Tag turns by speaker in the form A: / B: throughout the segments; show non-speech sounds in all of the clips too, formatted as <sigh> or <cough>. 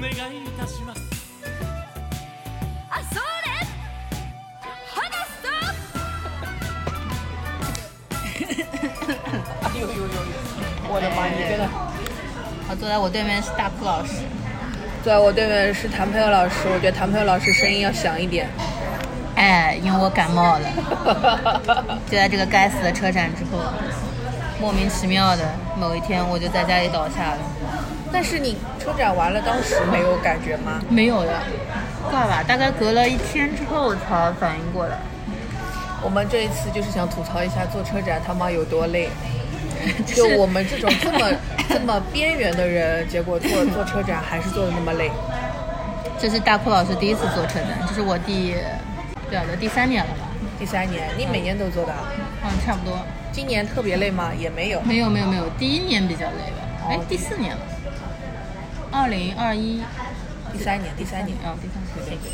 A: 願いいたします
B: あそれ話すぞ
C: 我的妈，你真的！
D: 好，啊坐在我对面是大哭老师。
C: 坐在我对面是谭佩友老师，我觉得谭佩友老师声音要响一点。
D: 哎，因为我感冒了，
C: <laughs>
D: 就在这个该死的车站之后，莫名其妙的某一天我就在家里倒下了。
C: 但是你车展完了，当时没有感觉吗？
D: 没有的，挂吧，大概隔了一天之后我才反应
C: <laughs>
D: 过来。
C: 我们这一次就是想吐槽一下做车展他妈有多累，
D: 就
C: 就是我们这种这 <laughs> 么这么边缘的人，结果做做车展还是做的那么累。
D: <laughs> 这是大哭老师第一次坐车展，这是我第对啊，第三年了吧？
C: 第三年，你每年都做的啊，
D: 嗯，差不多。
C: 今年特别累吗？也没有。
D: 没有没有没有，第一年比较累吧？哎，第四年了。二零二一
C: 第三年，第三年，
D: 啊，第三十对对。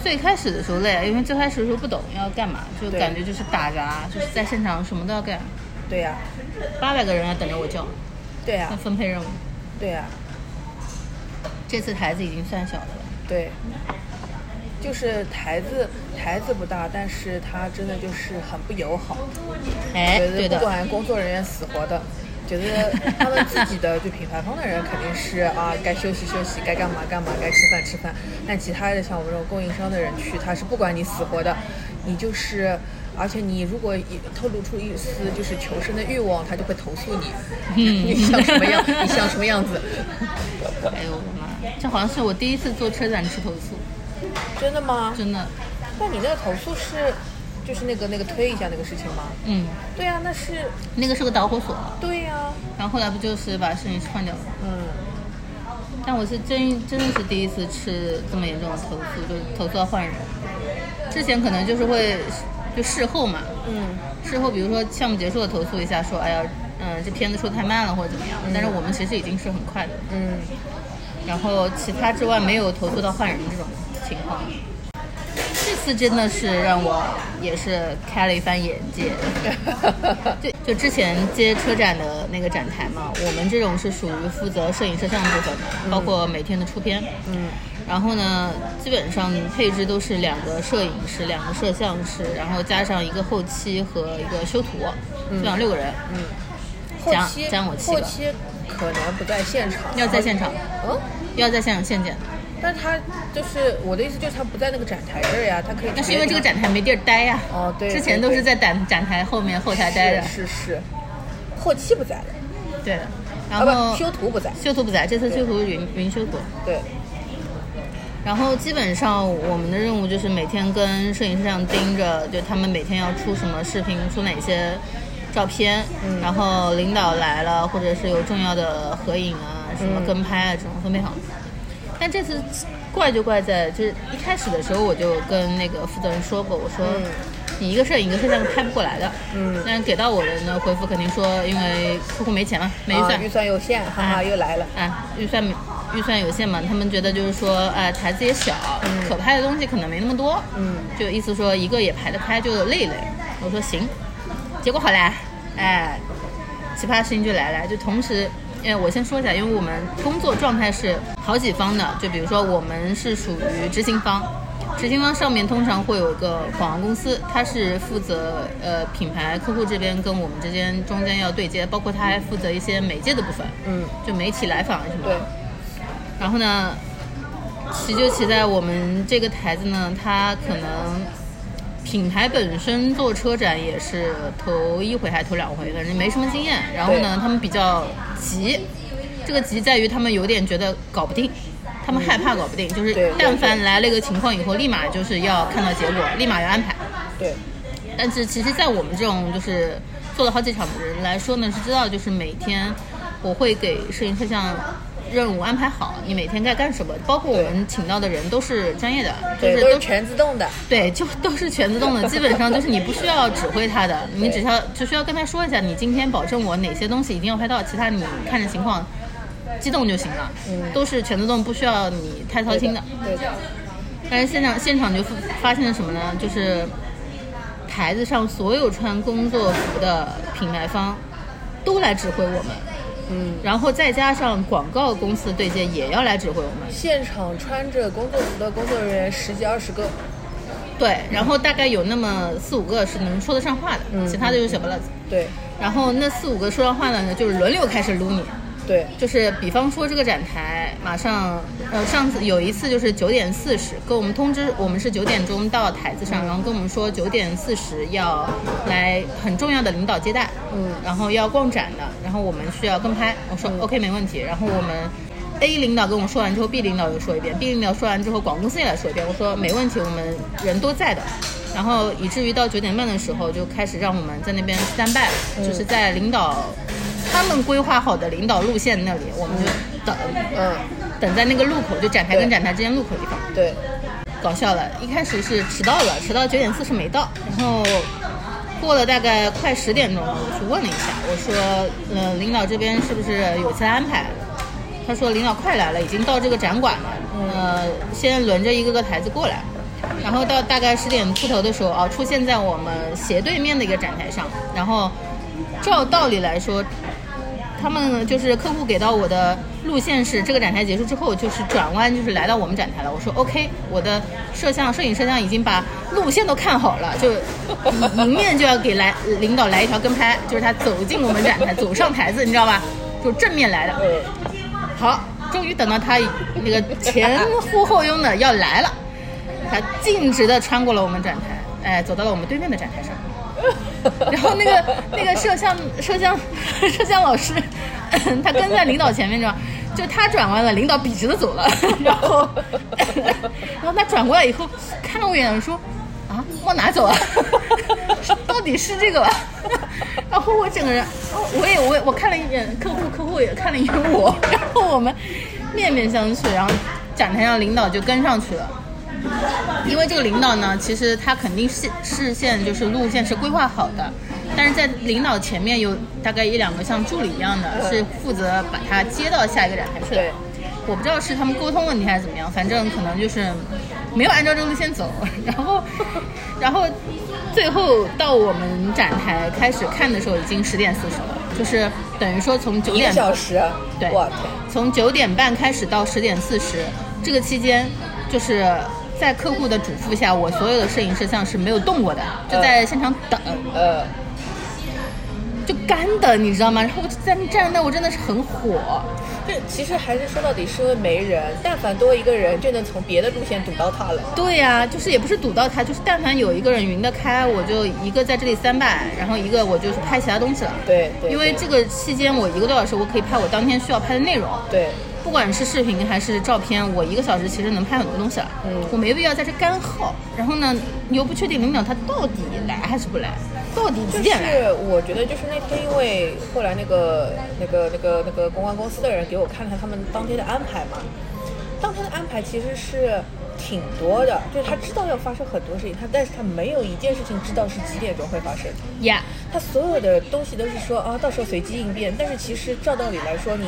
D: 最开始的时候累，啊因为最开始的时候不懂要干嘛，就
C: 对
D: 感觉就是打杂，就是在现场什么都要干，
C: 对呀、
D: 八百个人要等着我叫，
C: 对呀、
D: 要分配任务。
C: 对呀、
D: 这次台子已经算小的了，
C: 对，就是台子台子不大，但是它真的就是很不友好。
D: 哎，
C: 觉
D: 对
C: 得不
D: 的，
C: 管工作人员死活的，觉得他们自己的就品牌方的人肯定是啊，该休息休息，该干嘛干嘛，该吃饭吃饭。但其他的像我们这种供应商的人去，他是不管你死活的，你就是。而且你如果一透露出一丝就是求生的欲望，他就会投诉
D: 嗯
C: 你。 <laughs> 你想什么样？你想什么样
D: <laughs>
C: 子？
D: 哎呦我的妈，这好像是我第一次坐车展吃投诉，
C: 真的吗？
D: 真的，
C: 那你那个投诉是，就是那个那个推一下那个事情吗？
D: 嗯，
C: 对啊，那是
D: 那个是个导火索，啊
C: 对呀、
D: 然后后来不就是把摄影师换掉了吗？ <laughs>
C: 嗯，
D: 但我是真真的是第一次吃这么严重的投诉，就是投诉要换人。之前可能就是会就事后嘛，
C: 嗯，
D: 事后比如说项目结束了投诉一下，说哎呀，嗯、这片子出的太慢了或者怎么样。但是我们其实已经是很快的，
C: 嗯，
D: 然后其他之外没有投诉到换人这种情况。这次真的是让我也是开了一番眼界。就就之前接车展的那个展台嘛，我们这种是属于负责摄影摄像部分的，包括每天的出片。
C: 嗯。
D: 然后呢，基本上配置都是两个摄影师、两个摄像师，然后加上一个后期和一个修图，
C: 嗯
D: 基本上六个人。
C: 后
D: 讲
C: 期
D: 讲我七
C: 后
D: 个
C: 期可能不在现场，
D: 要在现场，
C: 嗯，
D: 要在现场现剪的。
C: 但他就是我的意思就是他不在那个展台这儿呀，他可以直接。
D: 那是因为这个展台没地儿待呀、
C: 哦对
D: 之前都是在展展台后面后台待着。
C: 是是是，后期不在的，
D: 对的。然
C: 啊
D: 后
C: 不修图不在，
D: 修图不在，这次修图云云修图。
C: 对，
D: 然后基本上我们的任务就是每天跟摄影师这样盯着，就他们每天要出什么视频，出哪些照片，然后领导来了，或者是有重要的合影啊、什么跟拍啊这种分配好。但这次怪就怪在，就是一开始的时候我就跟那个负责人说过，我说、你一个摄影一个摄像拍不过来的，嗯，但是给到我的呢回复肯定说，因为客户没钱嘛，没预算，
C: 啊预算有限，哈哈，
D: 哎
C: 又来了，
D: 哎，预算预算有限嘛，他们觉得就是说，哎，台子也小，可拍的东西可能没那么多，
C: 嗯，
D: 就意思说一个也排得开就累累。我说行，结果好嘞，哎，奇葩事情就来了，就同时。哎，我先说一下，因为我们工作状态是好几方的，就比如说我们是属于执行方，执行方上面通常会有一个广告公司，它是负责呃品牌客户这边跟我们之间中间要对接，包括它还负责一些媒介的部分，
C: 嗯，
D: 就媒体来访啊什么
C: 对
D: 的。，然后呢，奇就奇在我们这个台子呢，它可能品牌本身做车展也是头一回还是头两回，反正没什么经验。然后呢，他们比较急，这个急在于他们有点觉得搞不定。他们害怕搞不定，就是
C: 对对
D: 但凡来了一个情况以后，立马就是要看到结果，立马要安排。
C: 对，
D: 但是其实，在我们这种就是做了好几场的人来说呢，是知道就是每天我会给摄影摄像任务安排好，你每天该干什么，包括我们请到的人都是专业的，就
C: 对，
D: 是
C: 都是
D: 都
C: 全自动的，
D: 对，就都是全自动的，基本上就是你不需要指挥他的，你只需要只需要跟他说一下，你今天保证我哪些东西一定要拍到，其他你看着情况机动就行了，都是全自动，不需要你太操心的。
C: 嗯对的，
D: 但是现场现场就发现了什么呢？就是台子上所有穿工作服的品牌方都来指挥我们，
C: 嗯，
D: 然后再加上广告公司的对接也要来指挥我们。
C: 现场穿着工作服的工作人员十几二十个，
D: 对，然后大概有那么四五个是能说得上话的，
C: 嗯
D: 其他的就是小不拉子。
C: 对
D: 然后那四五个说上话的呢，就是轮流开始撸你。
C: 对，
D: 就是比方说这个展台，马上，呃，上次有一次就是九点四十，跟我们通知我们是九点钟到台子上，然后跟我们说九点四十要来很重要的领导接待，
C: 嗯
D: 然后要逛展的，然后我们需要跟拍，我说、OK 没问题，然后我们。A 领导跟我说完之后，B 领导又说一遍，B 领导说完之后，广告公司也来说一遍。我说没问题，我们人都在的。然后以至于到九点半的时候，就开始让我们在那边 stand by，、
C: 嗯
D: 就是在领导他们规划好的领导路线那里，我们就等，
C: 嗯
D: 等在那个路口，就展台跟展台之间路口地方。
C: 对，
D: 搞笑了，一开始是迟到了，迟到九点四十没到，然后过了大概快十点钟，我去问了一下，我说，呃，领导这边是不是有其他安排？他说领导快来了，已经到这个展馆了，呃，先轮着一个个台子过来，然后到大概十点出头的时候啊，出现在我们斜对面的一个展台上，然后照道理来说，他们就是客户给到我的路线是这个展台结束之后就是转弯，就是来到我们展台了。我说 OK，我的摄像、摄影、摄像已经把路线都看好了，就 <laughs> 迎面就要给来领导来一条跟拍，就是他走进我们展台，走上台子，你知道吧？就正面来的。
C: 嗯
D: 好，终于等到他那个前呼后拥的要来了，他径直的穿过了我们展台，哎，走到了我们对面的展台上。然后那个那个摄像摄像 <laughs> 摄像老师， <laughs> 他跟在领导前面这样，就他转弯了，领导笔直的走了，然后 <laughs> 然后他转过来以后看了我一眼说。啊，往哪 <laughs> 走啊？到底是这个吧？ <laughs> 然后我整个人，哦我也我也我看了一眼客户，客户也看了一眼我，然后我们面面相觑，然后展台上领导就跟上去了。因为这个领导呢，其实他肯定是视线就是路线是规划好的，但是在领导前面有大概一两个像助理一样的，是负责把他接到下一个展台去的
C: 对。
D: 我不知道是他们沟通问题还是怎么样，反正可能就是没有按照这个路线走， <laughs> 然后，然后最后到我们展台开始看的时候已经十点四十了，就是等于说从九
C: 一个
D: 点
C: 小时，
D: 对
C: 我天，
D: 从九点半开始到十点四十，这个期间就是在客户的嘱咐下，我所有的摄影摄像是没有动过的，
C: 嗯
D: 就在现场等，
C: 呃，
D: 就干等，你知道吗？然后我就在那站那，我真的是很火。
C: 这其实还是说到底是因为没人，但凡多一个人就能从别的路线堵到他了。
D: 对呀、就是也不是堵到他，就是但凡有一个人匀得开，我就一个在这里三百，然后一个我就是拍其他东西了。
C: 对对，
D: 因为
C: 对
D: 这个期间我一个多小时，我可以拍我当天需要拍的内容。
C: 对
D: 不管是视频还是照片，我一个小时其实能拍很多东西了。
C: 嗯
D: 我没必要在这干耗。然后呢，你又不确定领导他到底来还是不来，到底
C: 就
D: 几点来？
C: 是我觉得就是那天，因为后来那个那个那个那个公关公司的人给我看了他们当天的安排嘛，当天的安排其实是挺多的，就是他知道要发生很多事情，他但是他没有一件事情知道是几点钟会发生。
D: 呀、
C: 他所有的东西都是说啊，到时候随机应变。但是其实照道理来说，你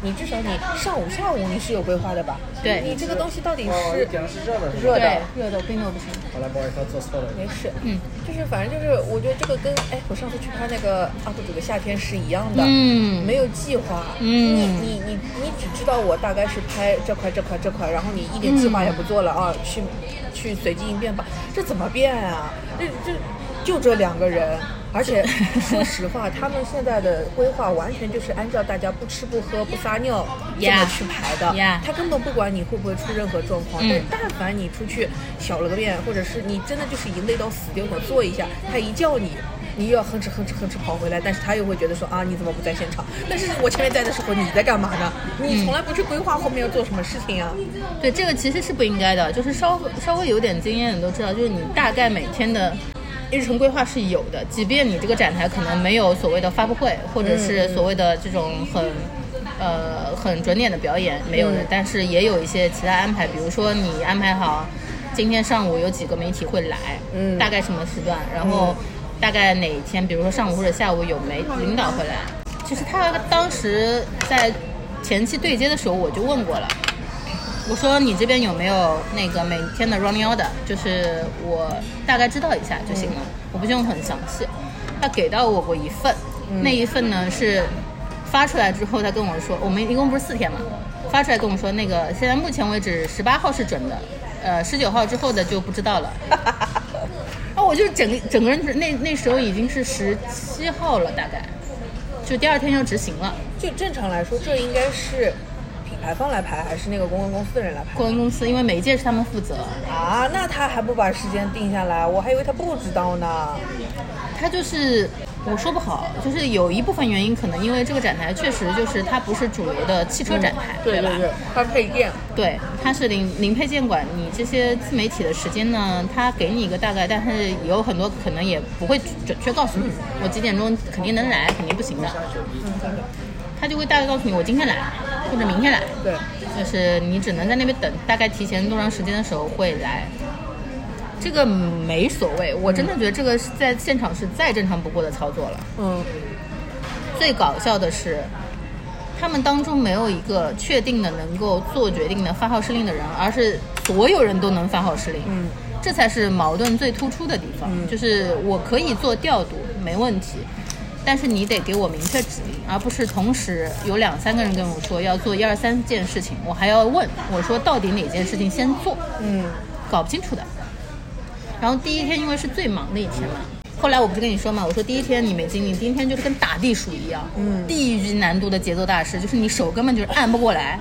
C: 你至少你上午下午你是有规划的吧？
D: 对
C: 你这个东西到底
A: 哦，
C: 是
A: 讲的是热的是
C: 热
A: 吧？
C: 的
D: 对，，热的我冰的我不行。
A: 好了，不好意思，做错了。
C: 没事，
D: 嗯，
C: 就是反正就是，我觉得这个跟哎，我上次去拍那个 UP 主的夏天是一样的，
D: 嗯
C: 没有计划，
D: 嗯
C: 你你你你只知道我大概是拍这块这块这块，然后你一点计划
D: 嗯
C: 也不做了啊，去去随机应变吧，这怎么变啊？这这就这两个人。而
D: <laughs>
C: 且说实话，他们现在的规划完全就是按照大家不吃不喝不撒尿这
D: Yeah
C: 么去排的
D: Yeah
C: 他根本不管你会不会出任何状况。
D: 嗯
C: 但是但凡你出去小了个便，或者是你真的就是已经累到死掉想坐一下，他一叫你，你又要哼哧哼哧哼哧跑回来，但是他又会觉得说啊你怎么不在现场？但是我前面在的时候你在干嘛呢？你从来不去规划后面要做什么事情啊？
D: 对，这个其实是不应该的，就是稍稍微有点经验的都知道，就是你大概每天的日程规划是有的，即便你这个展台可能没有所谓的发布会，或者
C: 嗯
D: 是所谓的这种很。呃，很准点的表演没有的，
C: 嗯
D: 但是也有一些其他安排，比如说你安排好今天上午有几个媒体会来，
C: 嗯
D: 大概什么时段，然后大概哪天，比如说上午或者下午有媒领导会来。其实他当时在前期对接的时候，我就问过了，我说你这边有没有那个每天的 running order？就是我大概知道一下就行了，我不用很详细。他给到我过一份，那一份呢是发出来之后，他跟我说，我们一共不是四天嘛，发出来跟我说，那个现在目前为止十八号是准的，呃，十九号之后的就不知道了。啊，我就整个整个人那那时候已经是十七号了，大概就第二天要执行了。
C: 就正常来说，这应该是嗯品牌方来排，还是那个公关公司的人来排？
D: 公关公司因为媒介是他们负责，
C: 啊，那他还不把时间定下来，我还以为他不知道呢。
D: 他就是我说不好，就是有一部分原因可能因为这个展台确实就是它不是主流的汽车展台，
C: 对
D: 吧？
C: 嗯对对，他配件。
D: 对，它是零零配件馆，你这些自媒体的时间呢，它给你一个大概，但是有很多可能也不会准确告诉你，我几点钟肯定能来，肯定不行的，
C: 嗯
D: 他就会大概告诉你我今天来或者明天来，
C: 对，
D: 就是你只能在那边等，大概提前多长时间的时候会来。这个没所谓，我真的觉得这个是在现场是再正常不过的操作了。
C: 嗯，
D: 最搞笑的是，他们当中没有一个确定的能够做决定的发号施令的人，而是所有人都能发号施令。
C: 嗯，
D: 这才是矛盾最突出的地方。
C: 嗯
D: 就是我可以做调度，没问题。但是你得给我明确指令，而不是同时有两三个人跟我说要做一二三件事情，我还要问我说到底哪件事情先做。
C: 嗯，
D: 搞不清楚的。然后第一天因为是最忙的一天嘛，后来我不是跟你说嘛，我说第一天你没经历，第一天就是跟打地鼠一样，
C: 嗯
D: 地狱级难度的节奏大师，就是你手根本就是按不
C: <laughs>
D: 过来。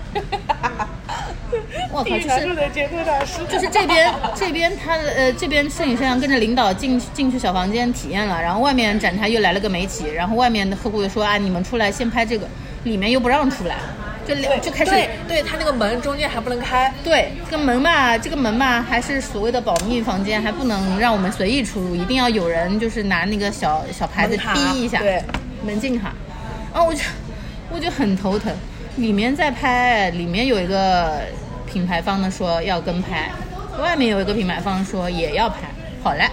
D: 我靠，就是
C: 的节奏大师
D: 就是这边这边他的呃这边摄影摄像跟着领导进去进去小房间体验了，然后外面展台又来了个媒体，然后外面的客户又说啊你们出来先拍这个，里面又不让出来，就两就开始
C: 对，对他那个门中间还不能开，
D: 对，这个门吧，这个门吧，还是所谓的保密房间，还不能让我们随意出入，一定要有人就是拿那个小小牌子
C: 门卡
D: 逼一下，
C: 对，
D: 门禁卡。啊，我就我就很头疼，里面在拍，里面有一个品牌方的说要跟拍，外面有一个品牌方说也要拍，好嘞，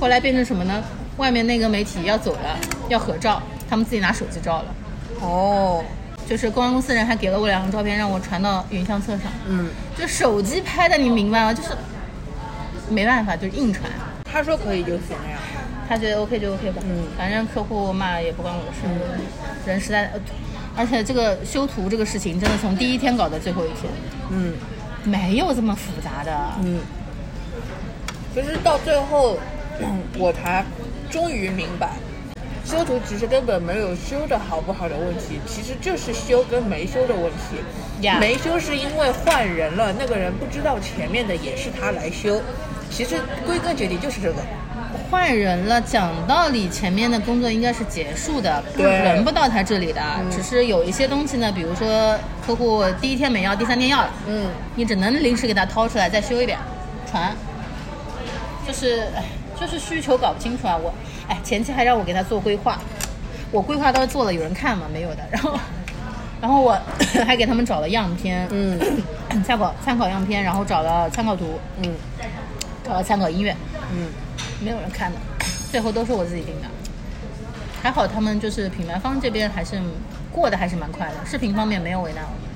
D: 后来变成什么呢？外面那个媒体要走了，要合照，他们自己拿手机照了。
C: 哦，
D: 就是公关公司人还给了我两张照片，让我传到云相册上。
C: 嗯，
D: 就手机拍的，你明白吗？就是没办法，就是硬传。
C: 他说可以就行了呀。
D: 他觉得 OK 就 OK 吧，
C: 嗯
D: 反正客户骂也不关我的事，人实在，呃而且这个修图这个事情真的从第一天搞到最后一天，
C: 嗯
D: 没有这么复杂的，
C: 嗯，其实到最后，嗯我才终于明白。修图其实根本没有修的好不好的问题，其实就是修跟没修的问题。
D: 呀
C: 没修是因为换人了，那个人不知道前面的也是他来修。其实归根结底就是这个。
D: 换人了，讲道理，前面的工作应该是结束的，不
C: 对嗯
D: 轮不到他这里的。只是有一些东西呢，比如说客户第一天没要，第三天要了，
C: 嗯，
D: 你只能临时给他掏出来再修一遍，传。就是唉就是需求搞不清楚啊，我哎前期还让我给他做规划，我规划倒是做了，有人看吗？没有的。然后然后我 <clears throat> 还给他们找了样片，
C: 嗯
D: <clears throat> 参考参考样片，然后找了参考图，
C: 嗯
D: 找了参考音乐，
C: 嗯，
D: 没有人看的，最后都是我自己定的。还好他们就是品牌方这边还是过得还是蛮快的，视频方面没有为难我们，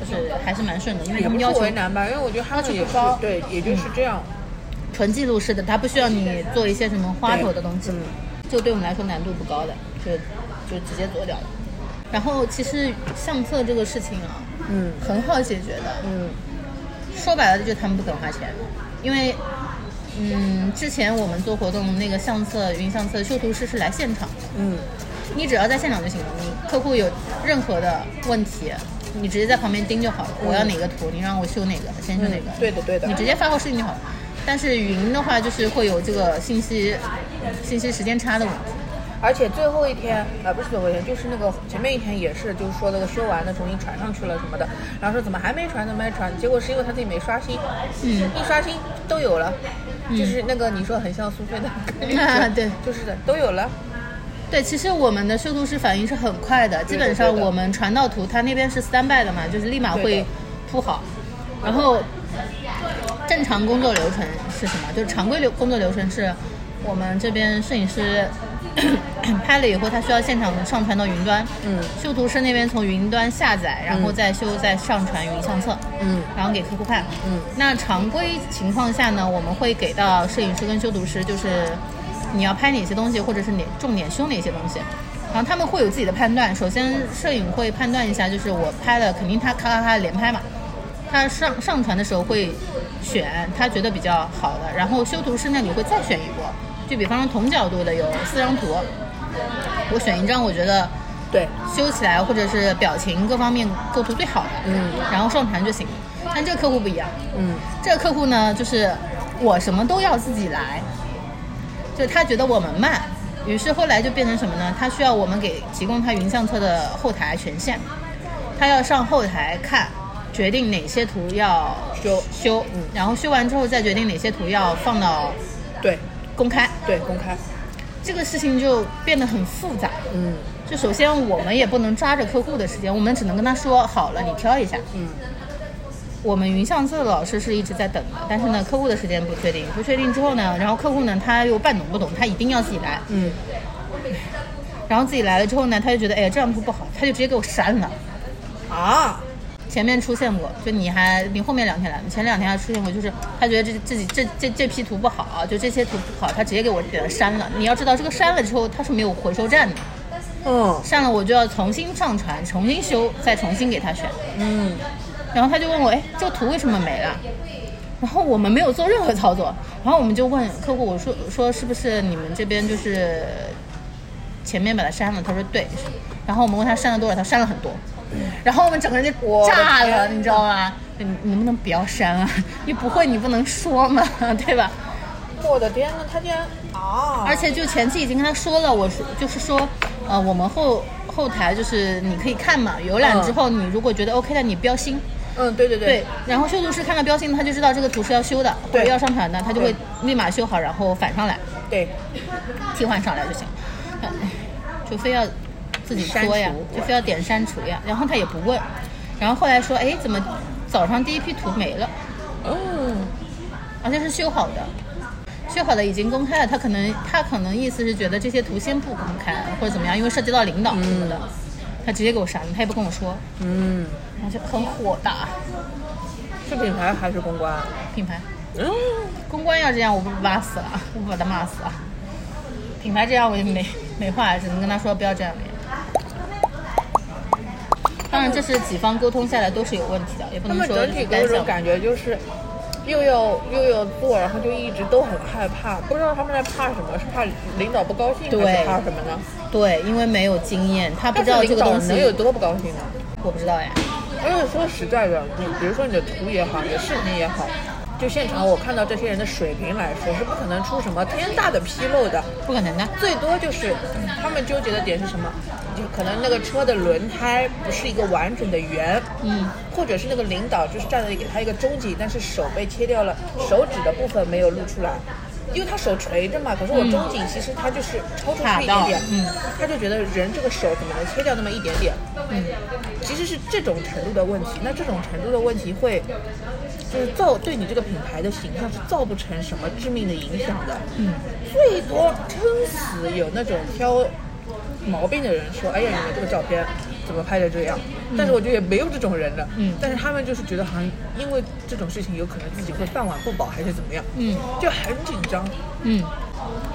D: 就是还是蛮顺的，因为
C: 也
D: 他们
C: 不
D: 要
C: 是
D: 求
C: 为难吧，因为我觉得他
D: 要求
C: 们也
D: 不
C: 是
D: 高
C: 对，也就是这样。
D: 纯记录式的，它不需要你做一些什么花头的东西
C: 对嗯，
D: 这个对我们来说难度不高的，就就直接做掉了。然后其实相册这个事情啊，
C: 嗯
D: 很好解决的，
C: 嗯
D: 说白了就是他们不肯花钱，因为，嗯，之前我们做活动那个相册云相册修图师是来现场的，
C: 嗯
D: 你只要在现场就行了，你客户有任何的问题，你直接在旁边盯就好了。我要哪个图，你让我修哪个，先修哪个。
C: 嗯嗯对的对的
D: 你直接发号施令就好了。但是云的话，就是会有这个信息信息时间差的问题。
C: 而且最后一天，呃，不是最后一天，就是那个前面一天也是，就是说那个修完的重新传上去了什么的，然后说怎么还没传，怎么还没传？结果是因为他自己没刷新，
D: 嗯
C: 一刷新都有了，
D: 嗯
C: 就是那个你说很像苏菲的
D: 啊 <laughs> 对
C: 就是的，都有了，
D: 对，其实我们的修图师反应是很快的，基
C: 对的
D: 本上
C: 对的
D: 我们传到图，他那边是 standby 的嘛，就是立马
C: 对
D: 会
C: 的嗯
D: 铺好。然后正常工作流程是什么？就是常规流工作流程是，我们这边摄影师
C: <coughs>
D: 拍了以后，他需要现场上传到云端。
C: 嗯
D: 修图师那边从云端下载，然后
C: 嗯
D: 再修，再上传云相册。
C: 嗯
D: 然后给客户看。
C: 嗯
D: 那常规情况下呢，我们会给到摄影师跟修图师，就是你要拍哪些东西，或者是哪重点修哪些东西。然后他们会有自己的判断。首先，摄影会判断一下，就是我拍的肯定他咔咔咔连拍嘛，他上上传的时候会选他觉得比较好的，然后修图师那里会再选一波，就比方说同角度的有四张图，我选一张我觉得
C: 对，
D: 修起来或者是表情各方面构图最好的，
C: 嗯，
D: 然后上传就行。但这个客户不一样，
C: 嗯，
D: 这个客户呢，就是我什么都要自己来，就他觉得我们慢，于是后来就变成什么呢？他需要我们给提供他云相册的后台权限，他要上后台看，决定哪些图要
C: 修
D: 修，
C: 嗯
D: 然后修完之后再决定哪些图要放到
C: 对
D: 公开，
C: 对，公开，
D: 这个事情就变得很复杂。
C: 嗯
D: 就首先我们也不能抓着客户的时间，我们只能跟他说好了，你挑一下。
C: 嗯，
D: 我们云相册的老师是一直在等的，但是呢，客户的时间不确定，不确定之后呢，然后客户呢他又半懂不懂，他一定要自己来，
C: 嗯，
D: 然后自己来了之后呢，他就觉得哎呀这张图不好，他就直接给我删了。
C: 啊，
D: 前面出现过，就你还你后面两天来，你前两天还出现过，就是他觉得这这几这这这批图不好，就这些图不好，他直接给我给它删了。你要知道这个删了之后，它是没有回收站的，
C: 嗯
D: 删了我就要重新上传，重新修，再重新给他选。
C: 嗯，
D: 然后他就问我，哎，这个图为什么没了？然后我们没有做任何操作，然后我们就问客户，我说说是不是你们这边就是前面把它删了？他说对。然后我们问他删了多少，他删了很多。然后我们整个人就
C: 嗯我的
D: 炸了，
C: 天啊
D: 你知道吗？ <laughs> 你你能不能不要删啊？ <laughs> 你不会你不能说嘛， <laughs> 对吧？
C: 我的天呐，他竟然啊，
D: 而且就前期已经跟他说了，我说就是说，呃，我们后后台就是你可以看嘛，浏览之后你如果觉得 OK 的，你标星。
C: 嗯，对对
D: 对，然后修图师看到标星，他就知道这个图是要修的或
C: 对
D: 者要上传的，他就会
C: 对
D: 立马修好，然后返上来，
C: 对，
D: 替换上来 <laughs> 就行。哎就非要自己
C: 删
D: 说呀
C: 除，
D: 就非要点删除呀，然后他也不问，然后后来说，哎，怎么早上第一批图没了？
C: 嗯
D: 而且是修好的，修好的已经公开了。他可能他可能意思是觉得这些图先不公开或者怎么样，因为涉及到领导什么的，他直接给我删了，他也不跟我说，
C: 嗯，
D: 然后就很火大。
C: 是品牌还是公关？
D: 品牌
C: 嗯，
D: 公关要这样，我不骂死了，我不把他骂死了。品牌这样我也没没话，只能跟他说不要这样的呀。当然，这是几方沟通下来都是有问题的，也不
C: 他
D: 能
C: 们
D: 说
C: 整
D: 就
C: 体
D: 是
C: 给我
D: 单
C: 一种
D: 向。
C: 感觉就是。又要又要做，然后就一直都很害怕，不知道他们在怕什么，是怕领导不高兴，
D: 对
C: 还是怕什么呢？
D: 对，因为没有经验，他不
C: 但是
D: 知道这
C: 领
D: 个
C: 导
D: 东西
C: 能有多不高兴呢？
D: 我不知道呀。
C: 而且说实在的，你比如说你的图也好，你的视频也好，就现场我看到这些人的水平来说，是不可能出什么天大的纰漏的。
D: 不可能的。
C: 最多就是嗯他们纠结的点是什么？就可能那个车的轮胎不是一个完整的圆，
D: 嗯，
C: 或者是那个领导就是站在给他一个中景，但是手被切掉了，手指的部分没有露出来，因为他手垂着嘛。可是我
D: 嗯
C: 中景其实他就是抽出
D: 卡
C: 去一
D: 到
C: 点点，
D: 嗯
C: 他就觉得人这个手怎么能切掉那么一点点？
D: 嗯，
C: 其实是这种程度的问题。那这种程度的问题会，就是造对你这个品牌的形象是造不成什么致命的影响的。
D: 嗯，
C: 最多撑死有那种挑毛病的人说：“哎呀，你们这个照片怎么拍的这样？”但是我觉得也没有这种人的。
D: 嗯
C: 但是他们就是觉得好像因为这种事情有可能自己会饭碗不保还是怎么样，
D: 嗯，
C: 就很紧张。
D: 嗯，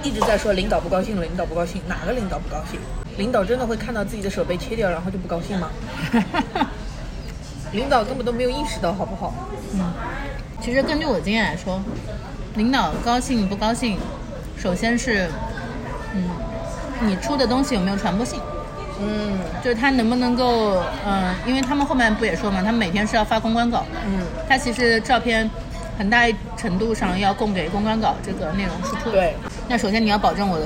C: 一直在说领导不高兴了，领导不高兴，哪个领导不高兴？领导真的会看到自己的手被切掉，然后就不高兴吗？领导根本都没有意识到，好不好？
D: <laughs> 其实根据我经验来说，领导高兴不高兴，首先是，嗯，你出的东西有没有传播性，
C: 嗯
D: 就是他能不能够，嗯、因为他们后面不也说嘛，他们每天是要发公关稿的，
C: 嗯，
D: 他其实照片很大一程度上要供给公关稿这个内容输出。
C: 对，
D: 那首先你要保证我的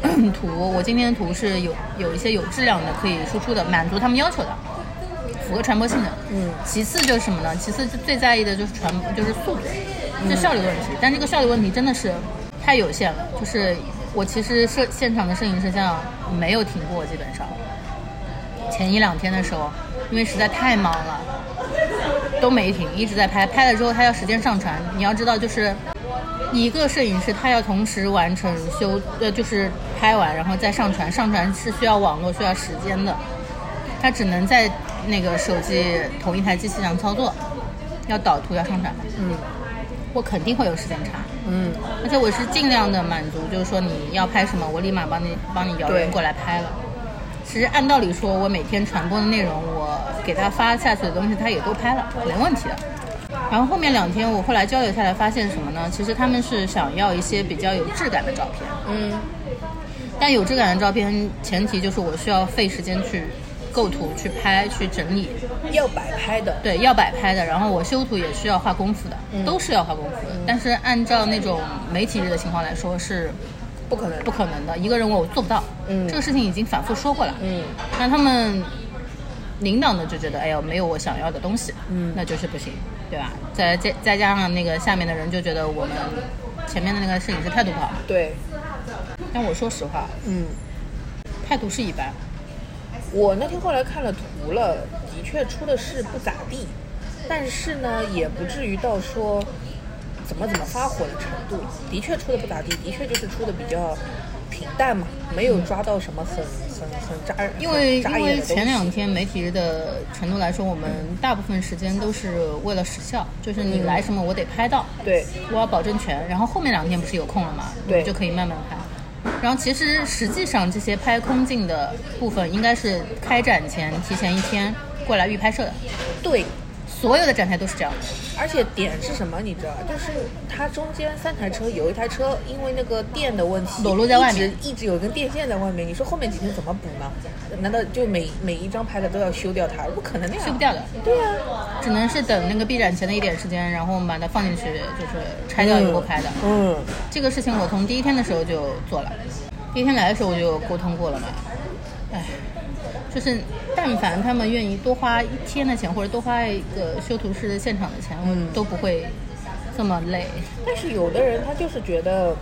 D: <clears throat> 图，我今天的图是有有一些有质量的，可以输出的，满足他们要求的，符合传播性的。
C: 嗯
D: 其次就是什么呢？其次就最在意的就是传，就是速度，就效率问题。但这个效率问题真的是太有限了，就是我其实摄现场的摄影摄像没有停过，基本上。前一两天的时候，因为实在太忙了，都没停，一直在拍。拍了之后，他要时间上传。你要知道，就是一个摄影师，他要同时完成修，呃，就是拍完然后再上传，上传是需要网络、需要时间的。他只能在那个手机同一台机器上操作，要导图要上传，
C: 嗯
D: 我肯定会有时间差。
C: 嗯，
D: 而且我是尽量的满足，就是说你要拍什么，我立马帮你帮你摇人
C: 对
D: 过来拍了。其实按道理说，我每天传播的内容，我给他发下去的东西，他也都拍了，没问题的。然后后面两天，我后来交流下来，发现什么呢？其实他们是想要一些比较有质感的照片，
C: 嗯，
D: 但有质感的照片，前提就是我需要费时间去构图、去拍、去整理，
C: 要摆拍的，
D: 对，要摆拍的，然后我修图也是要花功夫的，
C: 嗯
D: 都是要花功夫的。但是按照那种媒体日的情况来说是
C: 不可能
D: 不可能的，一个人我做不到。
C: 嗯
D: 这个事情已经反复说过了。
C: 嗯，
D: 那他们领导呢就觉得，哎呦，没有我想要的东西，
C: 嗯
D: 那就是不行，对吧？再再再加上那个下面的人就觉得我们前面的那个摄影师态度不好，
C: 对，
D: 但我说实话，
C: 嗯，
D: 态度是一般。
C: 我那天后来看了图了，的确出的是不咋地，但是呢，也不至于到说怎么怎么发火的程度。的确出的不咋地，的确就是出的比较平淡嘛，没有抓到什么很很很扎人，
D: 因为
C: 很 <laughs> 扎眼
D: 因为
C: 的东西
D: 前两天媒体日的程度来说，我们大部分时间都是为了时效，就是你来什么我得拍到，
C: 嗯对，
D: 我要保证全。然后后面两天不是有空了嘛，我
C: 对
D: 们就可以慢慢拍。然后其实实际上这些拍空镜的部分，应该是开展前提前一天过来预拍摄的，
C: 对
D: 所有的展台都是这样的。
C: 而且点是什么，你知道吧？就是它中间三台车有一台车因为那个电的问题
D: 裸露在外面
C: 一直一直有一根电线在外面。你说后面几天怎么补呢？难道就每每一张拍的都要修掉它？不可能那样，
D: 修不掉的。
C: 对啊，
D: 只能是等那个 B 展前的一点时间，然后我们把它放进去，就是拆掉以后拍的。
C: 嗯，
D: 这个事情我从第一天的时候就做了，第一天来的时候我就沟通过了嘛。唉，就是但凡他们愿意多花一天的钱，或者多花一个修图师现场的钱，
C: 嗯
D: 我都不会这么累。
C: 但是有的人他就是觉得，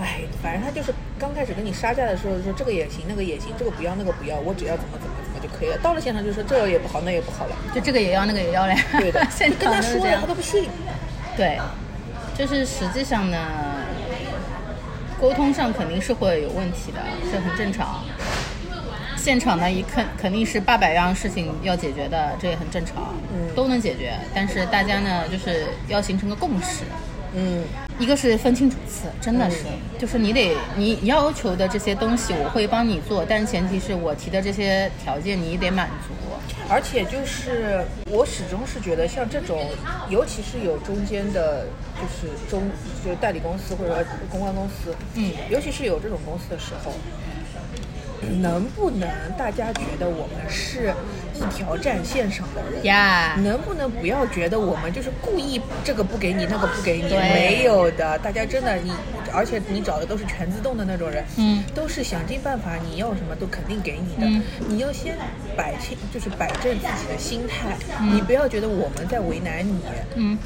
C: 哎，反正他就是刚开始跟你杀价的时候就说这个也行，那个也行，这个不要，那个不要，我只要怎么怎么怎么就可以了。到了现场就说这也不好，那也不好了。
D: 就这个也要，那个也要嘞。，
C: 对的
D: <laughs> 现
C: 你跟
D: 场
C: 他
D: 都是
C: 说
D: 这
C: 了，
D: 样
C: 他。都不信。
D: 对，就是实际上呢，沟通上肯定是会有问题的，这很正常。现场呢，一肯肯定是八百样事情要解决的，这也很正常，
C: 嗯
D: 都能解决。但是大家呢，就是要形成个共识，
C: 嗯
D: 一个是分清主次，真的是，就是你得你要求的这些东西，我会帮你做，但前提是我提的这些条件你得满足。
C: 而且就是我始终是觉得，像这种，尤其是有中间的，就是中就是代理公司或者说公关公司，
D: 嗯
C: 尤其是有这种公司的时候，能不能大家觉得我们是一条战线上的人？
D: 呀、
C: 能不能不要觉得我们就是故意这个不给你，那个不给你？
D: 对
C: 没有的，大家真的你，而且你找的都是全自动的那种人，
D: 嗯
C: 都是想尽办法，你要什么都肯定给你的。
D: 嗯
C: 你要先摆清，就是摆正自己的心态，
D: 嗯
C: 你不要觉得我们在为难你，
D: 嗯，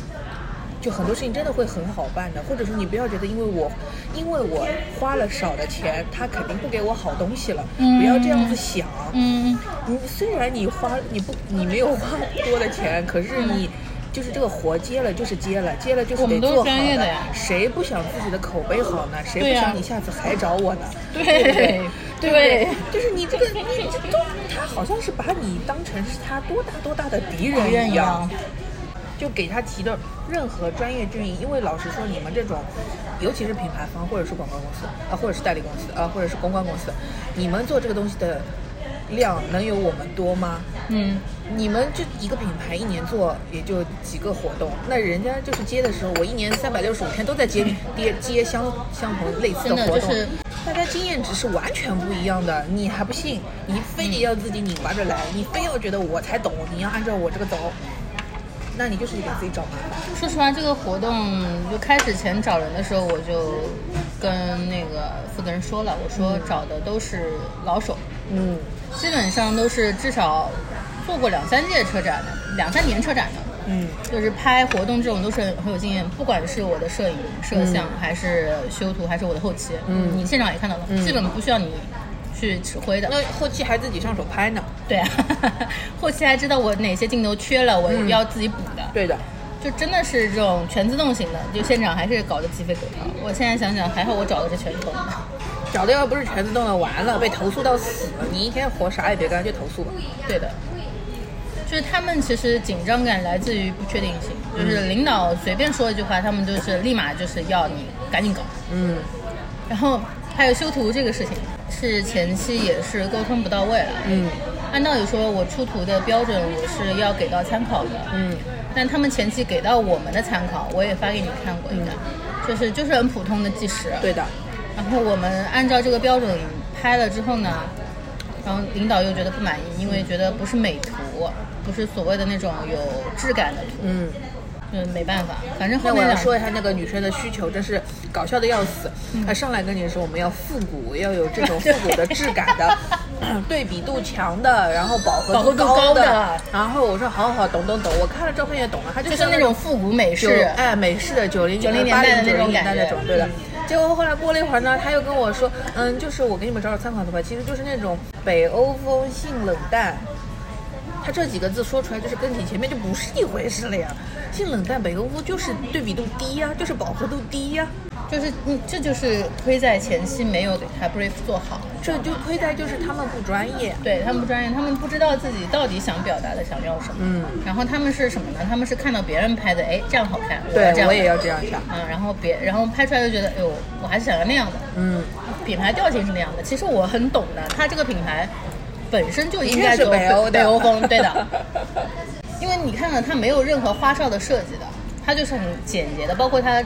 C: 就很多事情真的会很好办的，或者说你不要觉得因为我，因为我花了少的钱，他肯定不给我好东西了，
D: 嗯
C: 不要这样子想。
D: 嗯，
C: 你虽然你花你不你没有花多的钱，可是你就是这个活接了就是接了，接了就是
D: 嗯我
C: 得
D: 们都是
C: 做好
D: 专业的呀
C: 谁不想自己的口碑好呢？谁
D: 对
C: 不
D: 呀
C: 想你下次还找我呢？
D: 对
C: 对不对不
D: 对
C: 就是你这个你这都他好像是把你当成是他多大多大的敌人
D: 敌人一
C: 一样
D: 样。，
C: 就给他提的任何专业建议，因为老实说，你们这种，尤其是品牌方或者是广告公司啊，或者是代理公司啊，或者是公关公司，你们做这个东西的量能有我们多吗？
D: 嗯。
C: 你们这一个品牌一年做也就几个活动，那人家就是接的时候，我一年三百六十五天都在接接接相相同类似
D: 真的
C: 活动，
D: 就是
C: 大家经验值是完全不一样的，你还不信？你非得要自己拧巴着来，你非要觉得我才懂，你要按照我这个走，那你就是给自己找麻烦。
D: 说实话，这个活动就开始前找人的时候，我就跟那个负责人说了，我说找的都是老手，
C: 嗯
D: 基本上都是至少做过两三届车展的，两三年车展的，
C: 嗯
D: 就是拍活动这种都是很有经验。不管是我的摄影、摄像，还是修图，还是我的后期，
C: 嗯
D: 你现场也看到了，基本不需要你去指挥的。 <laughs>
C: 那后期还自己上手拍呢？
D: 对啊， <laughs> 后期还知道我哪些镜头缺了，我
C: 嗯
D: 要自己补的。
C: 对的，
D: 就真的是这种全自动型的，就现场还是搞得鸡飞狗跳。我现在想想，还好我找的是全自动的。
C: 找的要不是全自动的，完了被投诉到死。你一天活啥也别干，就投诉吧。
D: 对的，就是他们其实紧张感来自于不确定性，就是领导随便说一句话，他们就是立马就是要你赶紧搞。
C: 嗯
D: 然后还有修图这个事情，是前期也是沟通不到位了。
C: 嗯
D: 按道理说，我出图的标准我是要给到参考的。
C: 嗯
D: 但他们前期给到我们的参考，我也发给你看过，应该、就是就是很普通的计时。啊
C: 对的，
D: 然后我们按照这个标准拍了之后呢，然后领导又觉得不满意，因为觉得不是美图，不是所谓的那种有质感的图，
C: 嗯。
D: 嗯，没办法，反正后
C: 那我
D: 面
C: 要
D: 两
C: 说一下那个女生的需求，真是搞笑的要死。
D: 嗯
C: 她上来跟你说我们要复古，要有这种复古的质感
D: <laughs>
C: 的，对比度强的，然后饱和
D: 饱和度
C: 高
D: 高的
C: 然后我说好好懂懂懂，我看了照片也懂了，她就
D: 就是
C: 像
D: 那种复古美
C: 九
D: 式，
C: 哎美式的九零
D: 90
C: 八
D: 年代的
C: 零九
D: 那
C: 零
D: 种
C: 年代
D: 感
C: 那
D: 觉
C: 种，对的
D: 嗯。
C: 结果后来过了一会儿呢，他又跟我说，嗯，就是我给你们找找参考的吧，其实就是那种北欧风性冷淡。他这几个字说出来，就是跟你前面就不是一回事了呀。性冷淡北欧风就是对比度低呀、就是饱和度低呀、
D: 就是嗯，这就是亏在前期没有给他 brief 做好，
C: 这就亏待就是他们不专业。
D: 对他们不专业，他们不知道自己到底想表达的想要什么。
C: 嗯，
D: 然后他们是什么呢？他们是看到别人拍的，哎，这样好看，
C: 对
D: 这，样
C: 我也
D: 拍
C: 要这样想。
D: 嗯，然后别，然后拍出来就觉得，哎呦，我还是想要那样的。
C: 嗯，
D: 品牌调性是那样的，其实我很懂的，它这个品牌本身就应
C: 确
D: 该
C: 是
D: 走
C: 北欧的，
D: 北欧风，
C: <laughs>
D: 对的，因为你看看它没有任何花哨的设计的，它就是很简洁的，包括它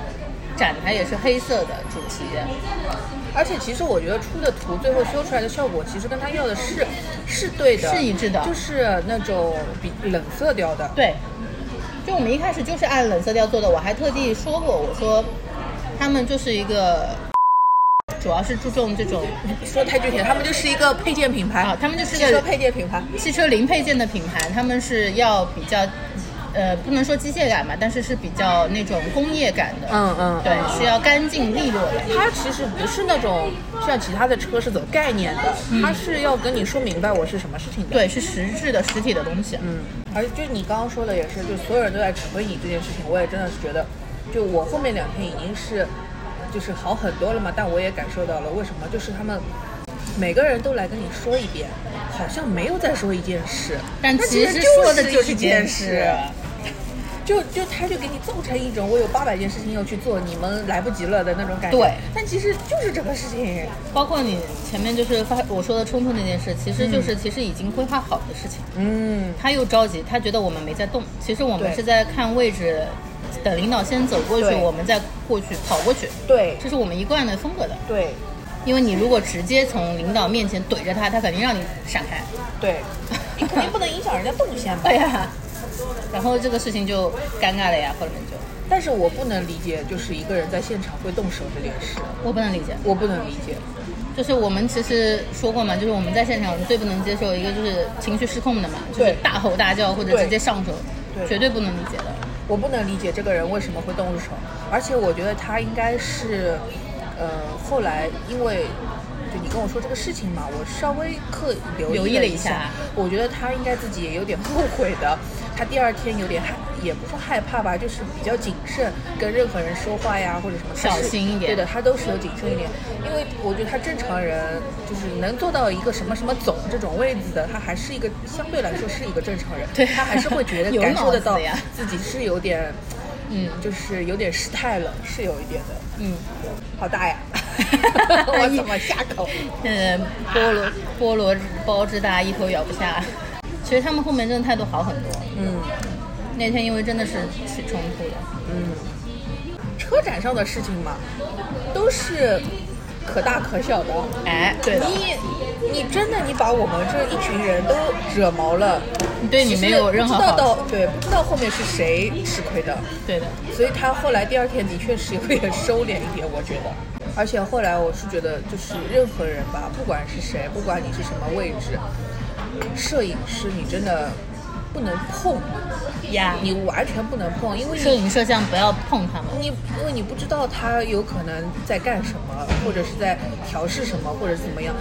D: 展台也是黑色的主题，
C: 而且其实我觉得出的图最后修出来的效果，其实跟他要的是是对的，
D: 是一致的
C: 就是那种比冷色调的。
D: 对，就我们一开始就是按冷色调做的，我还特地说过，我说他们就是一个。主要是注重这种
C: 说太具体了，他们就是一个配件品牌
D: 啊他们就是
C: 汽
D: 个
C: 车配件品牌。
D: 汽车零配件的品牌，他们是要比较，呃，不能说机械感吧，但是是比较那种工业感的，
C: 嗯嗯
D: 对，是要干净利落的。
C: 它其实不是那种像其他的车是走概念的，
D: 嗯
C: 它是要跟你说明白我是什么事情的。，
D: 对，是实质的实体的东西。
C: 嗯，而且就是你刚刚说的也是，就所有人都在扯你这件事情，我也真的是觉得，就我后面两天已经是，就是好很多了嘛，但我也感受到了为什么，就是他们每个人都来跟你说一遍，好像没有在说一件事，
D: 但
C: 它
D: 其
C: 实
D: 实
C: 就
D: 说的
C: 就
D: 就是是
C: 一
D: 一
C: 件
D: 件
C: 事
D: 事。
C: 就就他就给你造成一种我有八百件事情要去做，你们来不及了的那种感觉。
D: 对，
C: 但其实就是这个事情。
D: 包括你前面就是发我说的冲突那件事，其实就是其实已经规划好的事情。
C: 嗯，
D: 他又着急，他觉得我们没在动，其实我们
C: 对
D: 是在看位置，等领导先走过去，
C: 对
D: 我们再过去跑过去，
C: 对
D: 这是我们一贯的风格的。
C: 对
D: 因为你如果直接从领导面前怼着他，他肯定让你闪开。
C: 对，你肯定不能影响人家动线吧
D: <laughs> 对？呀，然后这个事情就尴尬了呀，后面就
C: 但是我不能理解，就是一个人在现场会动手这件事，
D: 我不能理解。
C: 我不能理解。
D: 就是我们其实说过嘛，就是我们在现场最不能接受一个就是情绪失控的嘛，就
C: 对
D: 是大吼大叫或者
C: 对
D: 直接上手
C: 对，
D: 绝对不能理解的。
C: 我不能理解这个人为什么会动手，而且我觉得他应该是，呃，后来因为就你跟我说这个事情嘛，我稍微刻意留
D: 留
C: 意
D: 意
C: 了
D: 了
C: 一
D: 一
C: 下
D: 下，
C: 我觉得他应该自己也有点 <laughs> 后悔的，他第二天有点害，也不是害怕吧，就是比较谨慎，跟任何人说话呀或者什么，他是
D: 小心一点
C: 对的，他都是有谨慎一点，因为我觉得他正常人就是能做到一个什么什么总这种位置的，他还是一个相对来说是一个正常人，
D: 对
C: 他还是会
D: <laughs>
C: 觉得
D: 有
C: 感受得
D: 脑子
C: 到
D: 的呀
C: 自己是有点，
D: 嗯
C: 就是有点失态了，是有一点的，
D: 嗯，
C: 好大
D: <laughs>
C: 呀！ <laughs> <laughs> 我怎么下口？
D: 嗯，菠萝菠萝包之大，一口咬不下。其实他们后面真的态度好很多。
C: 嗯
D: 那天因为真的是起冲突的，
C: 嗯，车展上的事情嘛，都是可大可小的。
D: 哎，对的，
C: 你你真的你把我们这一群人都惹毛了，
D: 你对你没有任何
C: 其实不
D: 好
C: 知道
D: 处，
C: 到对不知道后面是谁吃亏的。
D: 对的。
C: 所以他后来第二天的确是有点收敛一点，我觉得。而且后来我是觉得，就是任何人吧，不管是谁，不管你是什么位置，摄影师你真的不能碰，
D: 呀
C: 你完全不能碰，因为
D: 摄
C: 你
D: 影摄像不要碰他们。
C: 你因为你不知道他有可能在干什么，或者是在调试什么，或者是怎么样，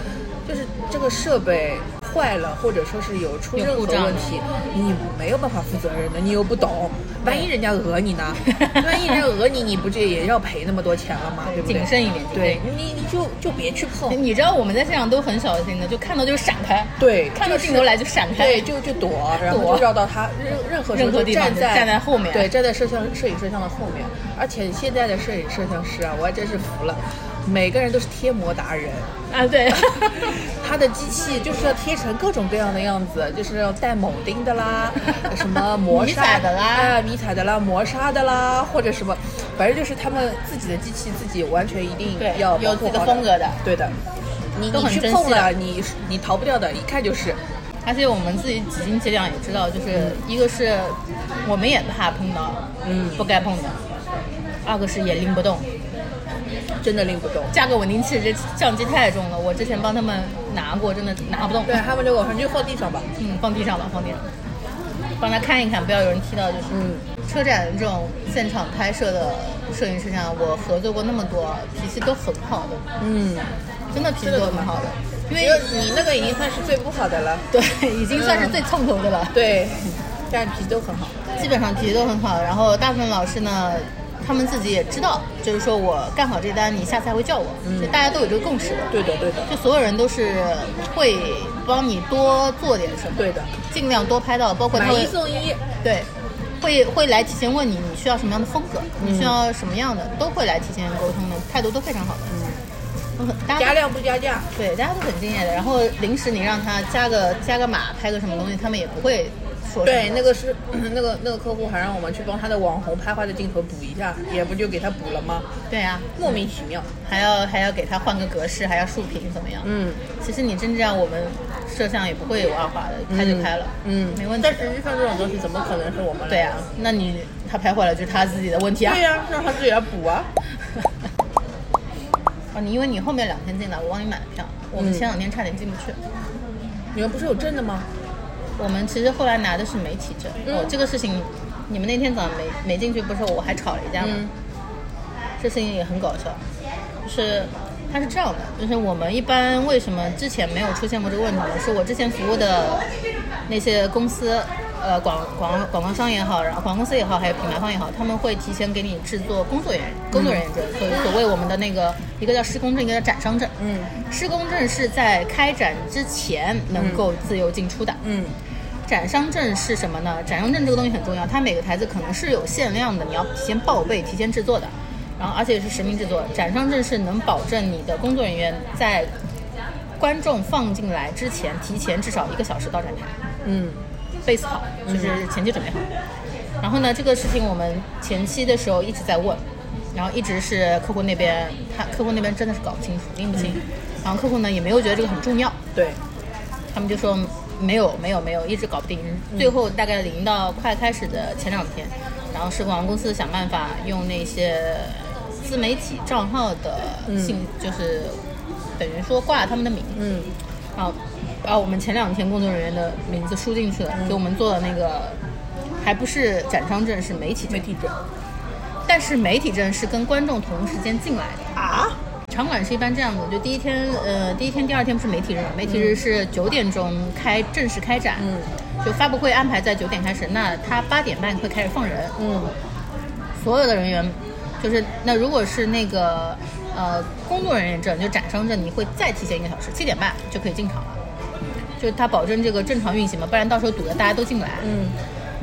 C: 就是这个设备。坏了，或者说是有出
D: 有
C: 任何
D: 故障
C: 问题，你没有办法负责任的，你又不懂，万一人家讹你呢？万一人家讹你，你不这也要赔那么多钱了吗？对不对？
D: 谨慎一点
C: 对你你就就别去碰，
D: 你知道我们在现场都很小心的，就看到就闪开，
C: 对，
D: <laughs> 看到
C: 就是
D: 镜头来就闪开，
C: 对，就就躲，然后
D: 躲
C: 就绕到他任任何时候
D: 任何
C: 都
D: 地方
C: 站
D: 就
C: 在
D: 站在后面
C: 对，站在摄像摄影摄像的后面。而且现在的摄影摄像师啊，我还真是服了，每个人都是贴膜达人。 <laughs>
D: 啊，对，
C: 他的机器就是要贴成各种各样的样子，就是要带铆钉的啦，什么
D: <laughs>
C: 磨砂
D: 迷彩的啦
C: 哎，迷彩的啦，磨砂的啦，或者什么，反正就是他们自己的机器自己完全一定
D: 对
C: 要
D: 有
C: 保护
D: 自己的
C: 好
D: 风格的
C: 对的。你
D: 都
C: 你
D: 很
C: 去
D: 珍
C: 碰
D: 惜的啊
C: 了，你你逃不掉的，一看就是。
D: 而且我们自己几斤几两也知道，就是一个是我们也怕碰到，
C: 嗯
D: 不该碰的。二个是也拎不动，
C: 真的拎不动。
D: 加个稳定器，这相机太重了。我之前帮他们拿过，真的拿不动。
C: 对他们就我说你就放地上吧。
D: 嗯，放地上吧，放地上，帮他看一看，不要有人踢到。就是、
C: 嗯
D: 车展这种现场拍摄的摄影摄像，我合作过那么多，脾气都很好的，
C: 嗯，
D: 真的脾气都很好的，因
C: 因
D: 为
C: 为你那个已经算是最不好的了。
D: 对已经算是最冲头的了。
C: 对，但脾气都很好。
D: 基本上脾气都很好。然后大部分老师呢，他们自己也知道，就是说我干好这单，你下次还会叫我，
C: 嗯
D: 就大家都有这个共识的。
C: 对的，对的，
D: 就所有人都是会帮你多做点什么，
C: 对的。
D: 尽量多拍到，包括他
C: 买
D: 会
C: 一送一，
D: 对，会会来提前问你你需要什么样的风格，
C: 嗯
D: 你需要什么样的，都会来提前沟通的，态度都非常好的。嗯，大
C: 加
D: 家都
C: 量不加价。
D: 对大家都很敬业的。然后临时你让他加个加个码，拍个什么东西，他们也不会说什么
C: 对，那个是那个那个客户还让我们去帮他的网红拍坏的镜头补一下，也不就给他补了吗？
D: 对啊，
C: 莫名其妙。
D: 还要还要给他换个格式，还要竖屏怎么样？
C: 嗯，
D: 其实你真这样，我们摄像也不会有二话的，拍就拍了，
C: 嗯，
D: 没问题
C: 但。实际上这种东西怎么可能是我们来
D: 对啊，那你他拍坏了就是他自己的问题啊。
C: 对呀、让他自己来补啊。
D: <laughs> 哦，你因为你后面两天进来，我帮你买的票，我们
C: 嗯
D: 前两天差点进不去。
C: 你们不是有证的吗？
D: 我们其实后来拿的是媒体证。
C: 嗯
D: 我、这个事情，你们那天早上没没进去，不是我还吵了一架吗？
C: 嗯
D: 这事情也很搞笑，就是它是这样的，就是我们一般为什么之前没有出现过这个问题呢？是我之前服务的那些公司，呃，广广广告商也好，然后广告公司也好，还有品牌方也好，他们会提前给你制作工作人员工作
C: 嗯
D: 人员证，所所谓我们的那个一个叫施工证，一个叫展商证。
C: 嗯，
D: 施工证是在开展之前能够自由进出的。
C: 嗯
D: 展商证是什么呢？展商证这个东西很重要，它每个台子可能是有限量的，你要提前报备、提前制作的，然后而且是实名制作。展商证是能保证你的工作人员在观众放进来之前，提前至少一个小时到展台。
C: 嗯
D: base 好，就是前期准备好。然后呢，这个事情我们前期的时候一直在问，然后一直是客户那边，他客户那边真的是搞不清楚，拎不清。然后客户呢也没有觉得这个很重要，
C: 对，
D: 他们就说没有没有没有，一直搞不定。
C: 嗯
D: 最后大概临到快开始的前两天，然后是广告公司想办法用那些自媒体账号的信，就是等于说挂了他们的名字，
C: 嗯
D: 然后把我们前两天工作人员的名字输进去了，
C: 嗯
D: 给我们做了那个，还不是展商证，是媒体证。
C: 媒体证
D: 但是媒体证是跟观众同时间进来的。
C: 啊。
D: 场馆是一般这样子，就第一天，呃，第一天、第二天不是媒体日嘛，媒体日是九点钟开正式开展，
C: 嗯
D: 就发布会安排在九点开始，那他八点半会开始放人，
C: 嗯
D: 所有的人员，就是那如果是那个呃工作人员证，就展商证，你会再提前一个小时，七点半就可以进场了，就是他保证这个正常运行嘛，不然到时候堵得大家都进不来。
C: 嗯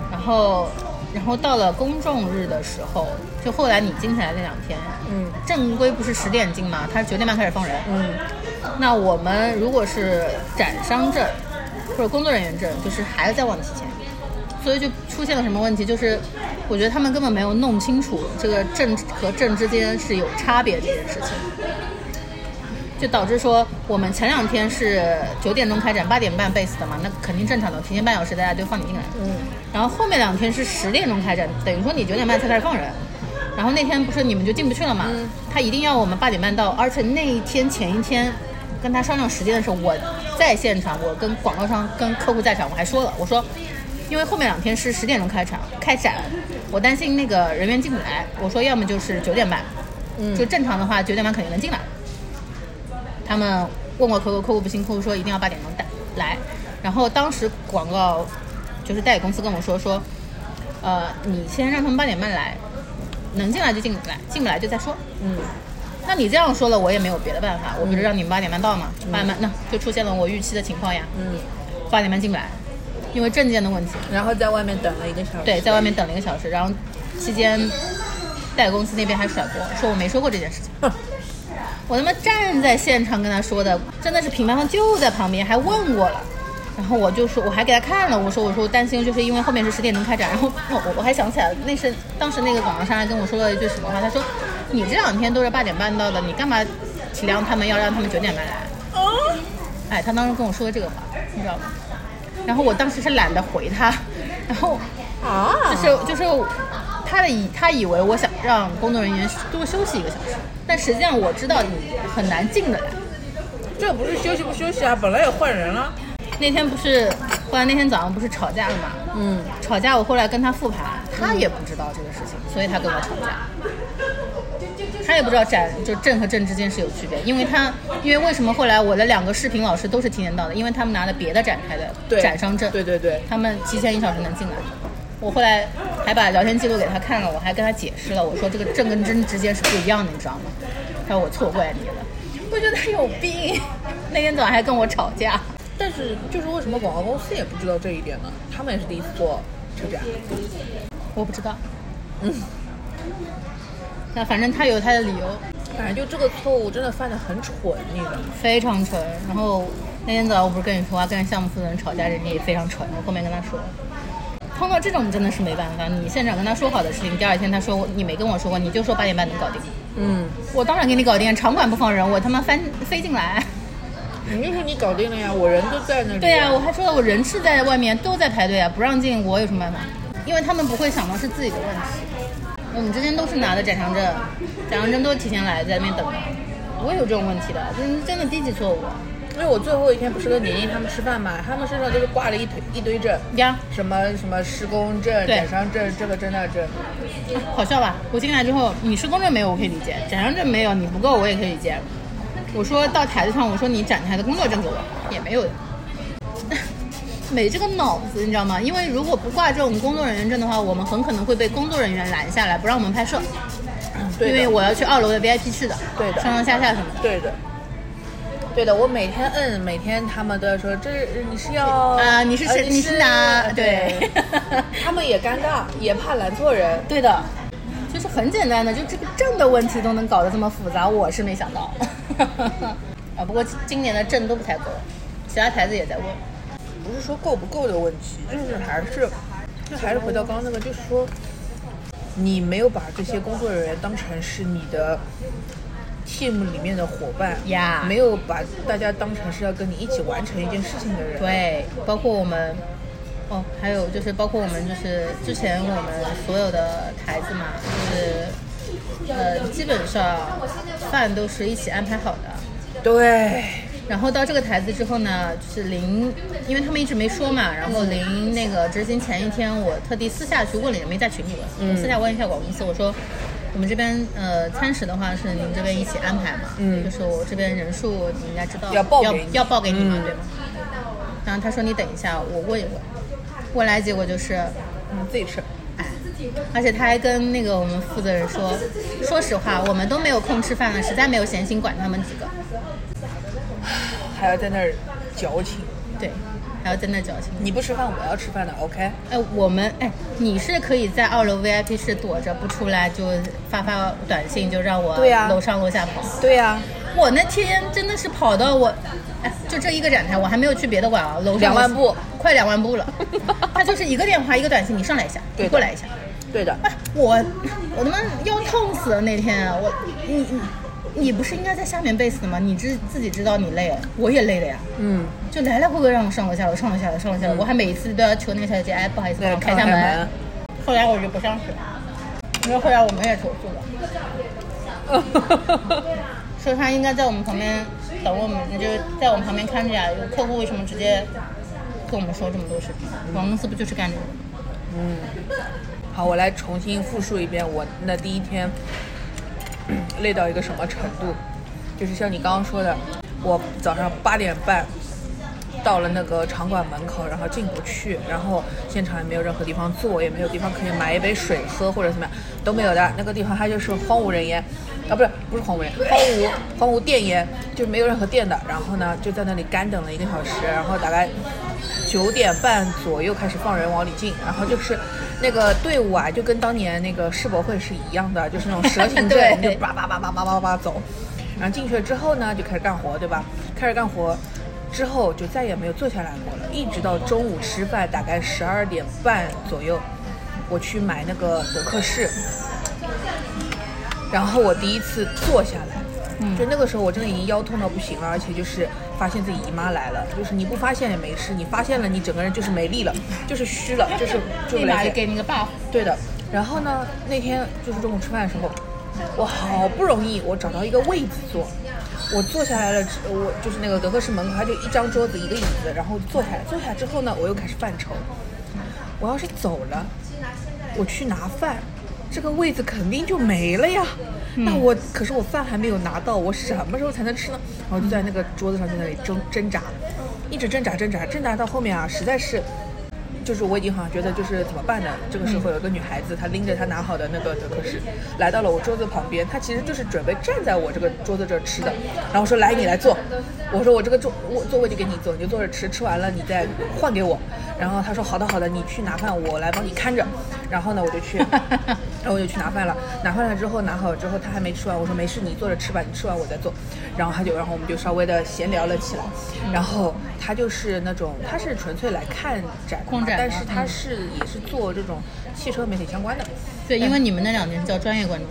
D: 然后，然后到了公众日的时候，就后来你进来那两天，
C: 嗯
D: 正规不是十点进吗？他是九点半开始放人。
C: 嗯
D: 那我们如果是展商证或者工作人员证，就是还要再往提前，所以就出现了什么问题？就是我觉得他们根本没有弄清楚这个证和证之间是有差别这件事情。就导致说，我们前两天是九点钟开展，八点半 base 的嘛，那肯定正常的，提前半小时大家就放你进来。
C: 嗯
D: 然后后面两天是十点钟开展，等于说你九点半才开始放人。然后那天不是你们就进不去了嘛？他一定要我们八点半到，而且那一天前一天跟他商量时间的时候，我在现场，我跟广告商、跟客户在场，我还说了，我说，因为后面两天是十点钟开场开展，我担心那个人员进不来，我说要么就是九点半，
C: 嗯
D: 就正常的话九点半肯定能进来。他们问过客户，客户不行，客户说一定要八点钟带来。然后当时广告就是代理公司跟我说说，呃，你先让他们八点半来，能进来就进来，进不来就再说。
C: 嗯，
D: 那你这样说了，我也没有别的办法，我不是让你们八点半到嘛，八点半那就出现了我预期的情况呀。
C: 嗯，
D: 八点半进不来，因为证件的问题。
C: 然后在外面等了一个小时。
D: 对，在外面等了一个小时，然后期间代理公司那边还甩锅，说我没说过这件事情。
C: 哼，
D: <laughs> 我他妈站在现场跟他说的，真的是品牌方就在旁边，还问我了。然后我就说，我还给他看了，我说我说我担心，就是因为后面是十点钟开展。然后我我我还想起来了，那是当时那个广告商还跟我说了一句什么话，他说你这两天都是八点半到的，你干嘛体谅他们要让他们九点半来？
C: 哦
D: 哎，他当时跟我说这个话，你知道吗？然后我当时是懒得回他，然后
C: 啊，
D: 就是就是他的以他以为我想让工作人员多休息一个小时，但实际上我知道你很难进得来。
C: 这不是休息不休息啊，本来也换人了。
D: 那天不是，后来那天早上不是吵架了嘛？
C: 嗯，
D: 吵架我后来跟他复盘，他也不知道这个事情，所以他跟我吵架。他也不知道展就正和正之间是有区别，因为他因为为什么后来我的两个视频老师都是提前到的，因为他们拿了别的展开的
C: 对，
D: 展商证，
C: 对对对，
D: 他们提前一小时能进来。我后来还把聊天记录给他看了，我还跟他解释了，我说这个正跟真之间是不一样的，你知道吗？他说我错怪你了，我觉得他有病。那天早上还跟我吵架，
C: 但是就是为什么广告公司也不知道这一点呢？他们也是第一次做车展。
D: 我不知道。
C: 嗯，
D: 那反正他有他的理由，
C: 反正就这个错误真的犯得很蠢，你知道吗？
D: 非常蠢。然后那天早上我不是跟你说话，跟项目负责人吵架，人家也非常蠢。我后面跟他说，碰到这种真的是没办法。你现场跟他说好的事情，第二天他说你没跟我说过，你就说八点半能搞定。
C: 嗯，
D: 我当然给你搞定，场馆不放人，我他妈翻飞进来。
C: 你就说你搞定了呀，我人都在那里。
D: <laughs>
C: 啊
D: 对啊呀、我还说了，我人是在外面，都在排队啊，不让进，我有什么办法？因为他们不会想到是自己的问题。我们之前都是拿的展商证，展商证都是提前来，在那边等的。我也有这种问题的，真真的低级错误
C: 因为我最后一天不是跟宁宁他们吃饭嘛，他们身上就是挂了一堆一堆证，
D: 呀。
C: 什么什么施工证、
D: 对
C: 展商证、这个证那证。
D: <laughs> 好笑吧？我进来之后，你施工证没有，我可以理解；展商证没有，你不够，我也可以理解。我说到台子上，我说你展台的工作证给我，也没有的， <laughs> 没这个脑子，你知道吗？因为如果不挂这种工作人员证的话，我们很可能会被工作人员拦下来，不让我们拍摄，因
C: 对
D: 为
C: 的，
D: 我要去二楼的 VIP 室的，
C: 对的
D: 上上下下什么的。
C: 对的，对的。我每天摁，每天他们都说这是你是要
D: 啊你是谁
C: 呃
D: 你是哪
C: 对
D: 对， <laughs>
C: 他们也尴尬，也怕拦错人。
D: 对的，就是很简单的，就这个证的问题都能搞得这么复杂，我是没想到。 <laughs> 啊，不过今年的证都不太够，其他台子也在问。
C: 不是说够不够的问题，就是还是，就还是回到刚刚那个，就是说，你没有把这些工作人员当成是你的 team 里面的伙伴
D: 呀
C: 没有把大家当成是要跟你一起完成一件事情的人。，
D: 对，包括我们，哦，还有就是包括我们就是之前我们所有的台子嘛，就是呃基本上饭都是一起安排好的。
C: 对，
D: 然后到这个台子之后呢，就是临，因为他们一直没说嘛，然后临那个执行前一天，我特地私下去问了，也没在群里问，
C: 嗯
D: 我私下问一下广告公司，我说我们这边呃餐食的话是您这边一起安排嘛，
C: 嗯
D: 就是我这边人数你应该知道，
C: 要报给
D: 要
C: 你
D: 要报给你嘛，
C: 嗯
D: 对吗？然后他说你等一下，我问一问，问来结果就是
C: 你嗯自己吃。
D: 哎，而且他还跟那个我们负责人说，说实话，我们都没有空吃饭了，实在没有闲心管他们几个。
C: 还要在那儿矫情。
D: 对，还要在那矫情。
C: 你不吃饭，我要吃饭的，OK？
D: 哎，我们哎，你是可以在二楼 VIP 室躲着不出来，就发发短信，就让我
C: 对呀
D: 楼上楼下跑。
C: 对呀、
D: 我那天真的是跑到我，哎，就这一个展台，我还没有去别的馆啊，楼上
C: 两万步，
D: 快两万步了。他就是一个电话，一个短信，你上来一下，
C: 对的
D: 你过来一下。
C: 对的，
D: 哎，我我他妈腰痛死了那天，啊我你你你不是应该在下面背死的吗？你知自己知道你累了，我也累了呀。
C: 嗯，
D: 就来来回回让我上楼下楼，上楼下楼，上楼下楼，我还每次都要求那个小姐姐，哎，不好意思，帮
C: 对，
D: 我开下
C: 开
D: 门。。后来我就不上去了，因为后来我们也投诉
C: <laughs>
D: 了，说他应该在我们旁边等我们，就是在我们旁边看着呀。有客户为什么直接跟我们说这么多事情？
C: 嗯
D: 广告公司不就是干这个的吗？
C: 好，我来重新复述一遍我那第一天嗯累到一个什么程度，就是像你刚刚说的，我早上八点半到了那个场馆门口，然后进不去，然后现场也没有任何地方坐，也没有地方可以买一杯水喝或者怎么样都没有的。那个地方它就是荒无人烟，啊，不是不是荒无人，烟，荒无荒无电烟，就没有任何电的。然后呢，就在那里干等了一个小时，然后大概九点半左右开始放人往里进，然后就是那个队伍啊，就跟当年那个世博会是一样的，就是那种蛇形
D: 对
C: 阵，就叭叭叭叭叭叭叭走。然后进去了之后呢，就开始干活，对吧？开始干活之后就再也没有坐下来过了，一直到中午吃饭，大概十二点半左右，我去买那个德克士，然后我第一次坐下来。
D: 嗯
C: 就那个时候，我真的已经腰痛到不行了，而且就是发现自己姨妈来了，就是你不发现也没事，你发现了，你整个人就是没力了，就是虚了，就是就
D: 立
C: 不来
D: 马
C: 劲
D: 给你个 buff。
C: 对的。然后呢，那天就是中午吃饭的时候，我好不容易我找到一个位子坐，我坐下来了之，我就是那个德克士门口，它就一张桌子一个椅子，然后我就坐下来。坐下来之后呢，我又开始犯愁，我要是走了，我去拿饭，这个位子肯定就没了呀。那我可是我饭还没有拿到，我什么时候才能吃呢？然后就在那个桌子上就在那里挣挣扎，一直挣扎挣扎挣扎到后面啊，实在是就是我已经好像觉得就是怎么办呢？这个时候有个女孩子，她拎着她拿好的那个德克士，来到了我桌子旁边，她其实就是准备站在我这个桌子这儿吃的。然后说来你来坐，我说我这个座我座位就给你坐，你就坐着吃，吃完了你再换给我。然后她说好的好的，你去拿饭，我来帮你看着。然后呢我就去，然后我就去拿饭了。拿饭了之后拿好了之后，她还没吃完，我说没事，你坐着吃吧，你吃完我再做。然后她就然后我们就稍微的闲聊了起来。然后她就是那种她是纯粹来看展的嘛。
D: 空展
C: 啊但
D: 的
C: 是
D: 嗯
C: 他是也是做这种汽车媒体相关的，
D: 对，因为你们那两年叫专业观众。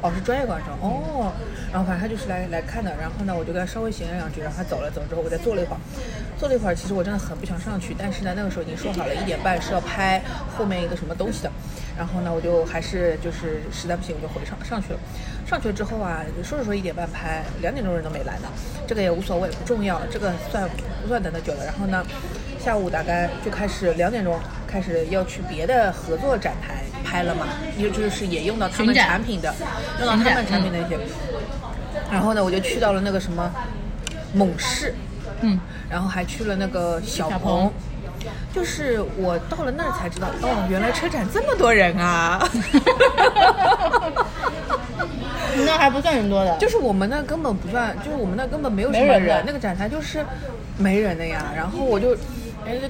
C: 哦，是专业观众哦。然后反正他就是来来看的，然后呢，我就跟他稍微闲了两句，然后他走了，走了之后我再坐了一会儿，坐了一会儿，其实我真的很不想上去，但是呢，那个时候已经说好了一点半是要拍后面一个什么东西的，然后呢，我就还是就是实在不行我就回上上去了，上去了之后啊，说是说一点半拍，两点钟人都没来呢，这个也无所谓，不重要，这个算不算等的久了？然后呢，下午大概就开始两点钟开始要去别的合作展台拍了嘛，也就是也用到他们
D: 巡展
C: 产品的，用到他们产品的一些。然后呢，我就去到了那个什么猛士，
D: 嗯，
C: 然后还去了那个小
D: 小
C: 鹏
D: 鹏。
C: 就是我到了那儿才知道，哦，原来车展这么多人啊！
D: 那还不算人多的。
C: 就是我们那根本不算，就是我们那根本没有
D: 没
C: 什么
D: 人的
C: 那个展台就是没人的呀。然后我就，哎，就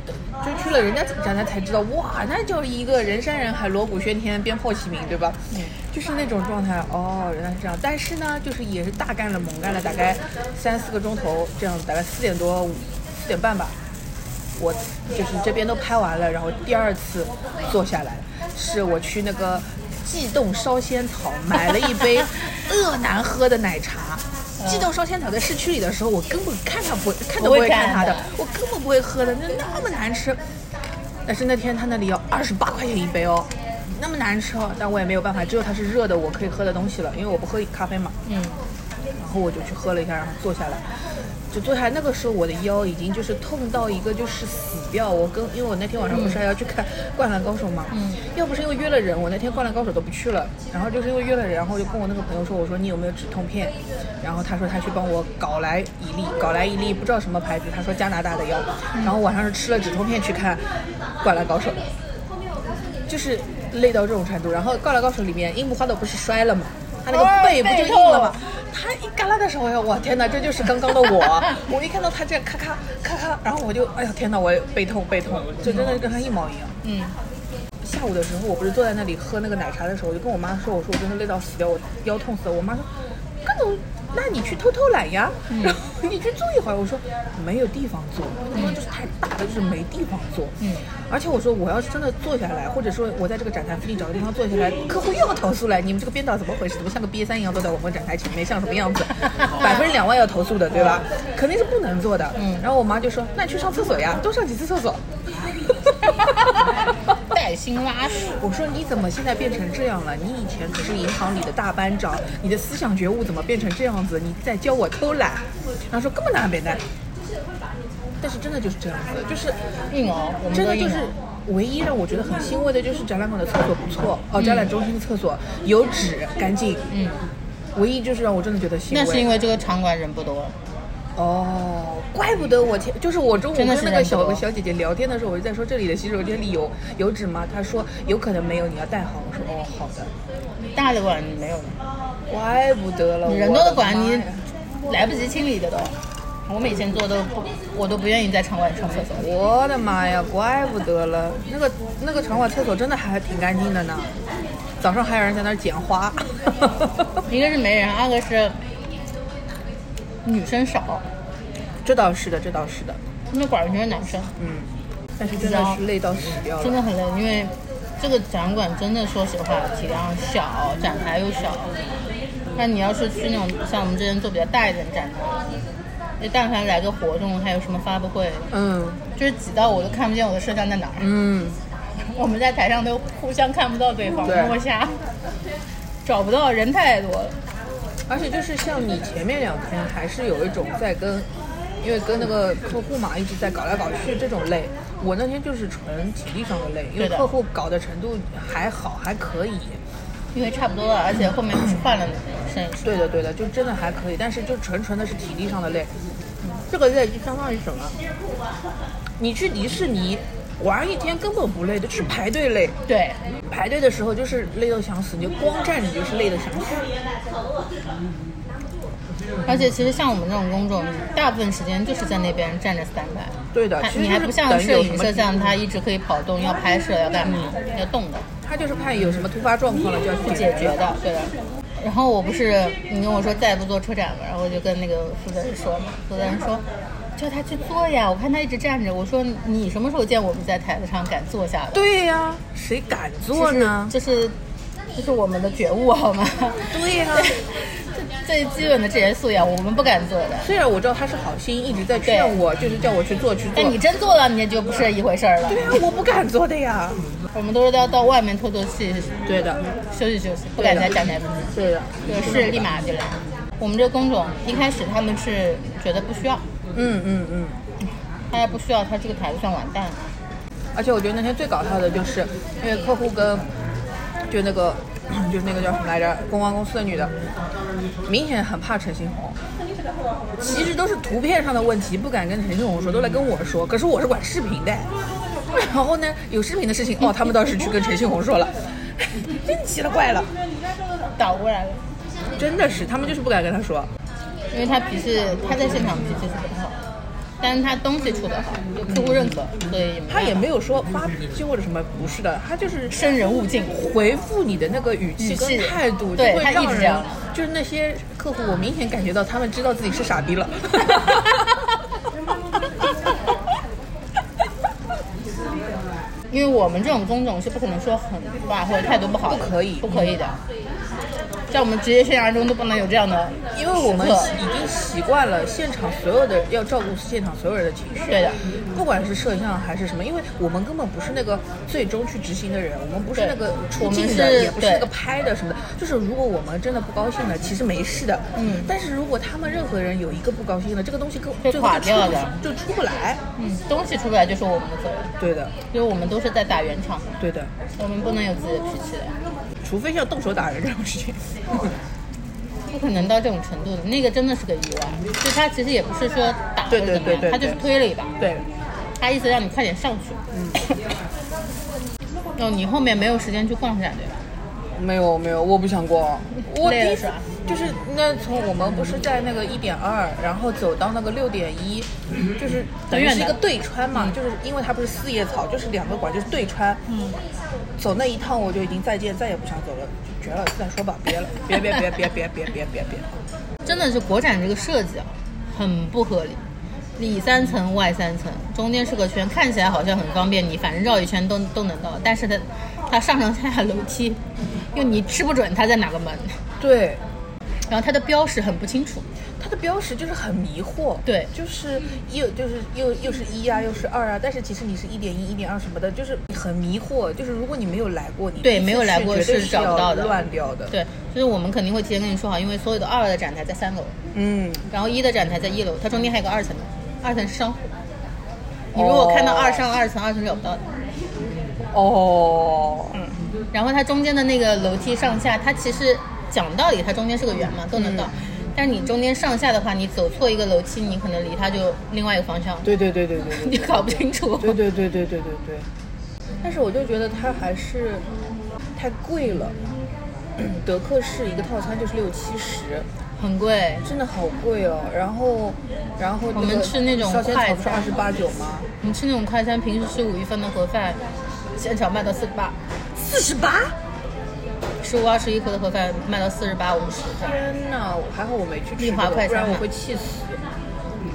C: 就去了人家展台才知道，哇，那就是一个人山人海、锣鼓喧天、鞭炮齐鸣，对吧？嗯，就是那种状态。哦，原来是这样。但是呢，就是也是大干了猛干了大概三四个钟头，这样大概四点多五四点半吧，我就是这边都拍完了，然后第二次坐下来，是我去那个悸动烧仙草买了一杯恶难喝的奶茶。悸动烧仙草在市区里的时候，我根本看它不看都不
D: 不会
C: 会看
D: 看
C: 它的
D: 的，
C: 我根本不会喝的，那那么难吃。但是那天他那里要二十八块钱一杯哦，那么难吃哦，但我也没有办法，只有它是热的，我可以喝的东西了，因为我不喝咖啡嘛。
D: 嗯，
C: 然后我就去喝了一下，然后坐下来，就坐下来。那个时候我的腰已经就是痛到一个就是死掉。我跟因为我那天晚上不是还要去看《灌篮高手》嘛，嗯，要不是因为约了人，我那天《灌篮高手》都不去了。然后就是因为约了人，然后我就跟我那个朋友说，我说你有没有止痛片？然后他说他去帮我搞来一粒，搞来一粒不知道什么牌子，他说加拿大的药。然后晚上是吃了止痛片去看《灌篮高手》。就是累到这种程度。然后《灌篮高手》里面樱木花道不是摔了吗？他那个哦背不就硬了吗？他一嘎啦的时候，哎呀，我天哪，这就是刚刚的我。我一看到他这样咔咔咔咔，然后我就，哎呀，天哪，我背痛背痛，就真的跟他一毛一样。
D: 嗯。
C: 下午的时候，我不是坐在那里喝那个奶茶的时候，我就跟我妈说，我说我真的累到死掉，我腰痛死了。我妈说，各种，那你去偷偷懒呀，然后你去坐一会儿。我说没有地方坐，那个地方就是太大了，就是没地方坐。嗯，而且我说我要是真的坐下来，或者说我在这个展台附近找个地方坐下来，客户又要投诉来，你们这个编导怎么回事？怎么像个瘪三一样坐在我们展台前面，像什么 <laughs> 样子？百分之两万要投诉的，对 <laughs> 吧？肯定是不能坐的。嗯，然后我妈就说，那你去上厕所呀，多上几次厕所。
D: 带薪拉屎。
C: 我说你怎么现在变成这样了？你以前可是银行里的大班长，你的思想觉悟怎么变成这样子？你在教我偷懒？然后说根本难别难。但是真的就是这样子，就是
D: 硬熬，我们
C: 真
D: 都
C: 的
D: 硬
C: 就
D: 熬。
C: 是唯一让我觉得很欣慰的就是展览馆的厕所不错哦，展览中心的厕所有纸干净，
D: 嗯，
C: 唯一就是让我真的觉得欣慰。
D: 那是因为这个场馆人不多，
C: 哦，怪不得我前就是我中午
D: 真
C: 跟
D: 的是
C: 那个
D: 人
C: 小
D: 多
C: 个小姐姐聊天的时候，我就在说这里的洗手间里有有纸吗？她说有可能没有，你要带好。我说哦，好的。
D: 大的馆没有的，
C: 怪不得了，
D: 你人
C: 呃我
D: 多
C: 的
D: 的馆
C: 妈
D: 你
C: 呀
D: 来不及清理的都。我每天做都不，我都不愿意在场馆上厕所。
C: 我的妈呀，怪不得了，那个那个场馆厕所真的还挺干净的呢。早上还有人在那儿捡花， <laughs>
D: 一个是没人，二个是女生少，
C: 这倒是的，这倒是的，
D: 那馆儿全是男生，
C: 嗯。但是真的是累到死掉了，
D: 真的很累，因为这个展馆真的说实话体量小，展台又小。那你要是去那种像我们之前做比较大一点的展台，就但凡来个活动，还有什么发布会，
C: 嗯
D: 就是挤到我都看不见我的摄像在哪
C: <laughs>
D: 儿。
C: 嗯，
D: 我们在台上都互相看不到对方，
C: 对
D: 摸瞎，找不到人太多了。
C: 而且就是像你前面两天还是有一种在跟，因为跟那个客户嘛一直在搞来搞去这种累。我那天就是纯体力上的累，因为
D: 对的
C: 客户搞的程度还好，还可以。
D: 因为差不多了，而且后面不是换了摄影师，
C: 对的对的，就真的还可以，但是就纯纯的是体力上的累。这个累就相当于什么？你去迪士尼玩一天根本不累的，就是排队累。
D: 对，
C: 排队的时候就是累到想死，你就光站着就是累得想死。
D: 而且其实像我们这种工种，大部分时间就是在那边站着三排。
C: 对的
D: 它，
C: 其实
D: 你还
C: 就是
D: 不像
C: 等
D: 摄
C: 有什
D: 影
C: 么嗯
D: 摄像，他一直可以跑动，要拍摄，要干嘛，要动的，
C: 他就是怕有什么突发状况了就要去
D: 不解决的，对的。然后我不是你跟我说再也不做车展了，然后我就跟那个负责人说嘛，负责人说叫他去做呀，我看他一直站着，我说你什么时候见我们在台子上敢坐下的？
C: 对呀、谁敢做呢？
D: 这是这是我们的觉悟好吗？
C: 对呀、
D: 最基本的职业素养，我们不敢做的。
C: 虽然我知道他是好心，一直在
D: 对
C: 劝我，就是叫我去做去做
D: 但。你真做了，你也就不是一回事儿了。
C: 对呀、我不敢做的呀。
D: 我们都是要到外面透透气，
C: 对的，
D: 休息休息，不敢在站台附近。
C: 对的，
D: 有事立马就来。我们这个工种一开始他们是觉得不需要，
C: 嗯嗯嗯。
D: 大家不需要，他这个台子上完蛋了。
C: 而且我觉得那天最搞笑的就是，因为客户跟就那个 <coughs> 就是那个叫什么来着，公关公司的女的，明显很怕陈新红。其实都是图片上的问题，不敢跟陈新红说，都来跟我说。可是我是管视频的，然后呢，有视频的事情哦，他们倒是去跟陈新红说了，真奇了怪了，
D: 倒过来了，
C: 真的是，他们就是不敢跟他说。
D: 因为他脾气，他在现场脾气是很好，但是他东西出的好，有客户认可，所以
C: 他也没有说发脾气或者什么，不是的，他就是
D: 生人勿近。
C: 回复你的那个语气
D: 语
C: 跟
D: 气
C: 态度，就
D: 对
C: 会
D: 他一
C: 让
D: 直这
C: 人
D: 样
C: 就是那些客户，我明显感觉到他们知道自己是傻逼
D: <laughs>
C: 了。
D: 因为我们这种工种是不可能说狠话或者态度不好的，
C: 不可以
D: 不可以的。在我们职业生涯中都不能有这样的时刻，
C: 因为我们已经习惯了现场所有的要照顾现场所有人的情绪，
D: 对的，
C: 不管是摄像还是什么，因为我们根本不是那个最终去执行的人，我们不是
D: 对
C: 那个
D: 我
C: 出
D: 们
C: 镜
D: 是
C: 的，也不是
D: 对
C: 那个拍的什么的。就是如果我们真的不高兴了，其实没事的，
D: 嗯
C: 但是如果他们任何人有一个不高兴了，这个东西跟
D: 会
C: 最后
D: 垮
C: 就
D: 掉
C: 出
D: 的
C: 就出不来。
D: 嗯，东西出不来就是我们的责任，
C: 对的，
D: 因为我们都是在打圆场，
C: 对的。
D: 我们不能有自己的脾气的，
C: 除非像动手打人这种事情。
D: 不可能到这种程度的。那个真的是个意外，就他其实也不是说打或
C: 对
D: 者
C: 对
D: 怎么样，
C: 对对
D: 他就是
C: 对嗯
D: 推了一把，
C: 对，
D: 他意思让你快点上去。 <coughs> 哦，你后面没有时间去逛展对吧？
C: 没有没有，我不想逛。我
D: 累了
C: 第一
D: 是
C: 次
D: 吧
C: 就是那从我们不是在那个一点二，然后走到那个六点一，就是等于
D: 远
C: 是一
D: 的嗯
C: 个对穿嘛，就是因为它不是四叶草，就是两个馆就是对穿。嗯，走那一趟我就已经再见，再也不想走了，就绝了，再说吧，
D: <laughs>
C: 别了，别别别别别别别别别。
D: 真的是国展这个设计啊，很不合理。里三层外三层，中间是个圈，看起来好像很方便，你反正绕一圈都都能到。但是它它上上下下楼梯，因为你吃不准它在哪个门，
C: 对，
D: 然后它的标识很不清楚。
C: 它的标识就是很迷惑，
D: 对
C: 就是又就是又又是一啊，又是二啊，但是其实你是一点一、一点二什么的，就是很迷惑。就是如果你没有来过，你
D: 对
C: 第一次
D: 没有来过
C: 去绝对
D: 是
C: 是
D: 找不到的
C: 要乱掉的。，
D: 对，就是我们肯定会提前跟你说好，因为所有的二的展台在三楼，
C: 嗯，
D: 然后一的展台在一楼，它中间还有个二层的，二层是商户。你如果看到二上二层，二层是找不到的。
C: 哦，嗯
D: 然后它中间的那个楼梯上下，它其实讲道理，它中间是个圆嘛，都能到。但是你中间上下的话，你走错一个楼梯，你可能离它就另外一个方向，
C: 对对对对对对
D: <laughs> 你搞不清楚。
C: 对对对对对对对。但是我就觉得它还是太贵了。 <clears throat> 德克士一个套餐就是六七十，
D: 很贵，
C: 真的好贵哦。然后，然后
D: 我们吃那种
C: 烧仙草
D: 快
C: 不是
D: 餐
C: 二十八九吗？
D: 你吃那种快餐，平时吃五一份的盒饭，现场卖到四十八，
C: 四十八！
D: 十五二十一颗的盒饭卖到四十八五十这样。
C: 天呐，我还好我没去吃
D: 丽
C: 这
D: 华
C: 个
D: 快
C: 不然
D: 餐
C: 我
D: 嘛
C: 会气死。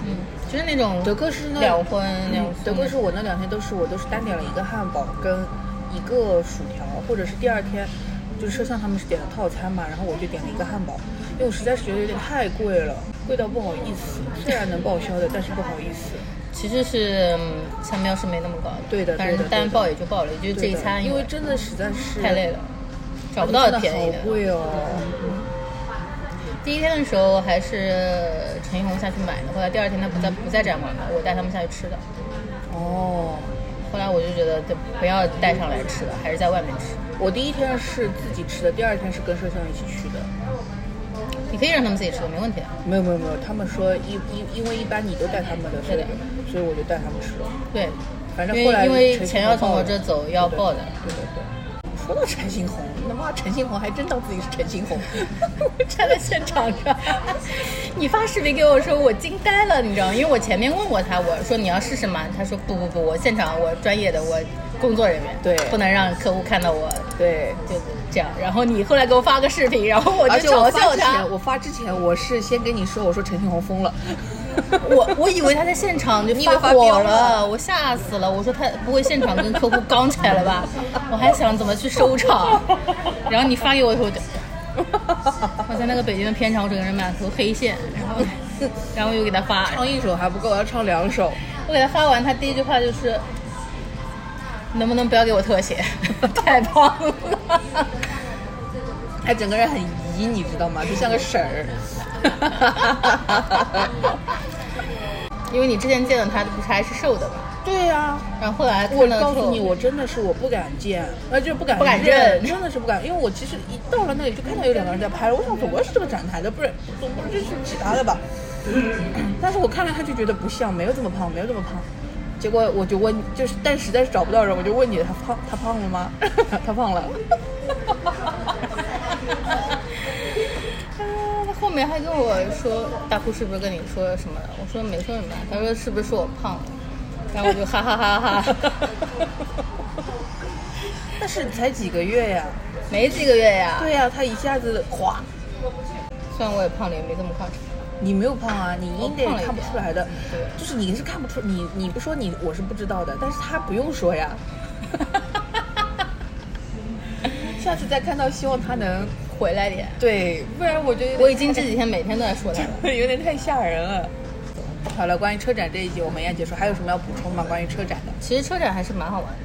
D: 嗯，就是那种
C: 德克士那
D: 两荤两素
C: 德克士我那两天都是我都是单点了一个汉堡跟一个薯条，或者是第二天就是摄像他们是点的套餐嘛，然后我就点了一个汉堡，因为我实在是觉得有点太贵了，贵到不好意思。虽然能报销的，但是不好意思。
D: 其实是嗯餐标是没那么高的，
C: 对的
D: 但
C: 对
D: 是
C: 的对
D: 单
C: 的
D: 报也就报了，也就这
C: 对
D: 一
C: 的
D: 餐，
C: 因为真的实在是哦
D: 太累了，，找不到便宜
C: 真的好贵哦。
D: 第一天的时候还是呃陈一红下去买的，后来第二天他不在不在展馆了，我带他们下去吃的。
C: 哦，
D: 后来我就觉得就不要带上来吃了，还是在外面吃。
C: 我第一天是自己吃的，第二天是跟摄像一起去的。
D: 你可以让他们自己吃的，没问题啊的。
C: 没有没有没有，他们说一一因为一般你都带他们的，所
D: 对的
C: 以所以我就带他们吃了。
D: 对，
C: 反正
D: 因
C: 后来
D: 为因为
C: 陈
D: 钱
C: 信
D: 要
C: 宏
D: 从
C: 报
D: 我
C: 了
D: 这走要报的。
C: 对对对，说到陈星红，他妈陈星红还真当自己是陈
D: <laughs>
C: 星红，
D: 站在现场上， <laughs> 你发视频给我说，我惊呆了，你知道吗？因为我前面问过他，我说你要试试吗？他说不不不，我现场我专业的，我工作人员，
C: 对
D: 不能让客户看到我，
C: 对。
D: 就这样。然后你后来给我发个视频，然后我
C: 而
D: 就
C: 且我
D: 嘲
C: 发
D: 笑
C: 之
D: 他
C: 前，。我发之前我是先跟你说，我说陈星红疯了，
D: <laughs> 我我以为他在现场就
C: 你以为发
D: 火
C: 飙了
D: 我吓死了。我说他不会现场跟客户刚起来了吧？我还想怎么去收场。然后你发给我以后，我就我在那个北京的片场，我整个人满头黑线，然后然后我又给他发，
C: <laughs> 唱一首还不够，要唱两首。
D: 我给他发完，他第一句话就是：“能不能不要给我特写？ <laughs> 太胖了。
C: 他整个人很疑，你知道吗？就像个婶 <laughs> 儿。”
D: 因为你之前见到他不是还是瘦的嘛，
C: 对呀、啊，
D: 然后后来
C: 我
D: 看到
C: 告
D: 之后
C: 诉你，我真的是我不敢见，呃，就是不敢
D: 不敢认
C: 真的是不敢，因为我其实一到了那里就看到有两个人在拍了，我想总归是这个展台的，不是总不是是其他的吧？ <coughs> 但是我看了他就觉得不像，没有这么胖，没有这么胖。结果我就问，就是但实在是找不到人，我就问你他胖他胖了吗？ <laughs> 他胖了。
D: 啊他后面还跟我说大哭是不是跟你说什么了？我说没说什么，他说是不是说我胖了？然后我就哈哈哈哈，
C: <laughs> 但是才几个月呀？
D: <laughs> 没几个月呀，
C: 对呀、他一下子哗，
D: 虽然我也胖了，也没这么夸张。
C: 你没有胖啊，你
D: 我
C: 应该
D: 胖了一
C: 看不
D: 点
C: 出来的，
D: 对
C: 就是你是看不出，你你不说你我是不知道的，但是他不用说呀。 <laughs> 下次再看到，希望他能
D: 回来点， <laughs>
C: 对，不然我觉得
D: 我已经这几天每天都在说他
C: <laughs>
D: 了。
C: 有点太吓人了。好了，关于车展这一集我们也结束，还有什么要补充吗？关于车展的，
D: 其实车展还是蛮好玩的，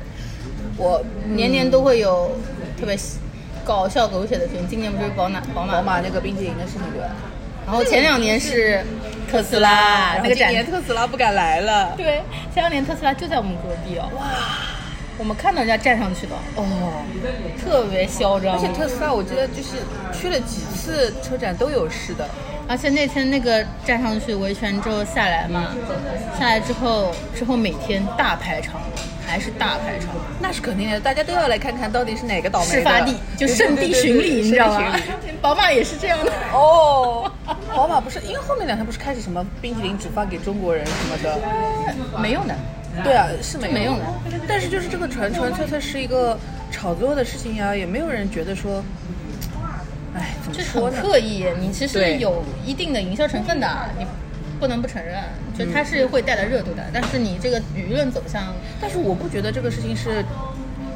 C: 我
D: 年年都会有特别喜搞笑狗血的片。今年不是宝马宝马
C: 宝马那个冰淇淋的事情对吧？
D: 然后前两年是特斯拉
C: 然
D: 那
C: 后
D: 个
C: 哎今
D: 展，
C: 年特斯拉不敢来了。
D: <laughs> 对，前两年特斯拉就在我们隔壁哦。哇，我们看到人家站上去的，
C: 哦，
D: 特别嚣张。
C: 而且特斯拉我记得就是去了几次车展都有事的。
D: 而且那天那个站上去维权之后下来嘛，下来之后之后每天大排场，还是大排场。
C: 那是肯定的，大家都要来看看到底是哪个倒霉的
D: 事发地就圣地巡礼，你知道？吗
C: 对对对对对圣地巡礼？
D: 宝马也是这样的。
C: 哦，宝马不是，因为后面两天不是开始什么冰淇淋只发给中国人什么的，
D: 没用的，
C: 对啊，是
D: 这
C: 没
D: 没用的。
C: 但是就是这个纯纯粹粹是一个炒作的事情呀、也没有人觉得说，哎，怎么
D: 就是
C: 说
D: 很
C: 呢？
D: 刻意，你其实
C: 对
D: 有一定的营销成分的，你不能不承认，就它是会带来热度的，
C: 嗯
D: 但是你这个舆论走向，
C: 但是我不觉得这个事情是，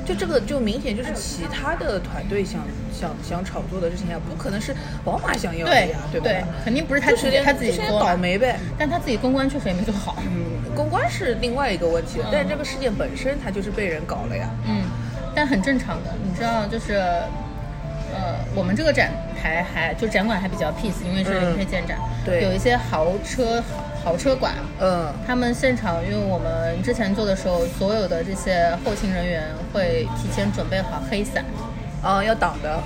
C: 就这个就明显就是其他的团队想想想炒作的事情呀、不可能是宝马想要的
D: 对
C: 呀，啊吧？
D: 对，肯定不是他
C: 就是
D: 自己
C: 点
D: 他自己
C: 就是
D: 做
C: 点
D: 的
C: 倒，霉呗。
D: 但他自己公关确实也没做好，
C: 嗯，公关是另外一个问题了，但是这个事件本身它就是被人搞了呀。
D: 嗯，但很正常的，你知道就是。呃，我们这个展台还就展馆还比较 peace，因为是零配件展，
C: 嗯对
D: 有一些豪车豪豪车馆，
C: 嗯，
D: 他们现场，因为我们之前做的时候，所有的这些后勤人员会提前准备好黑伞，
C: 啊，要挡的，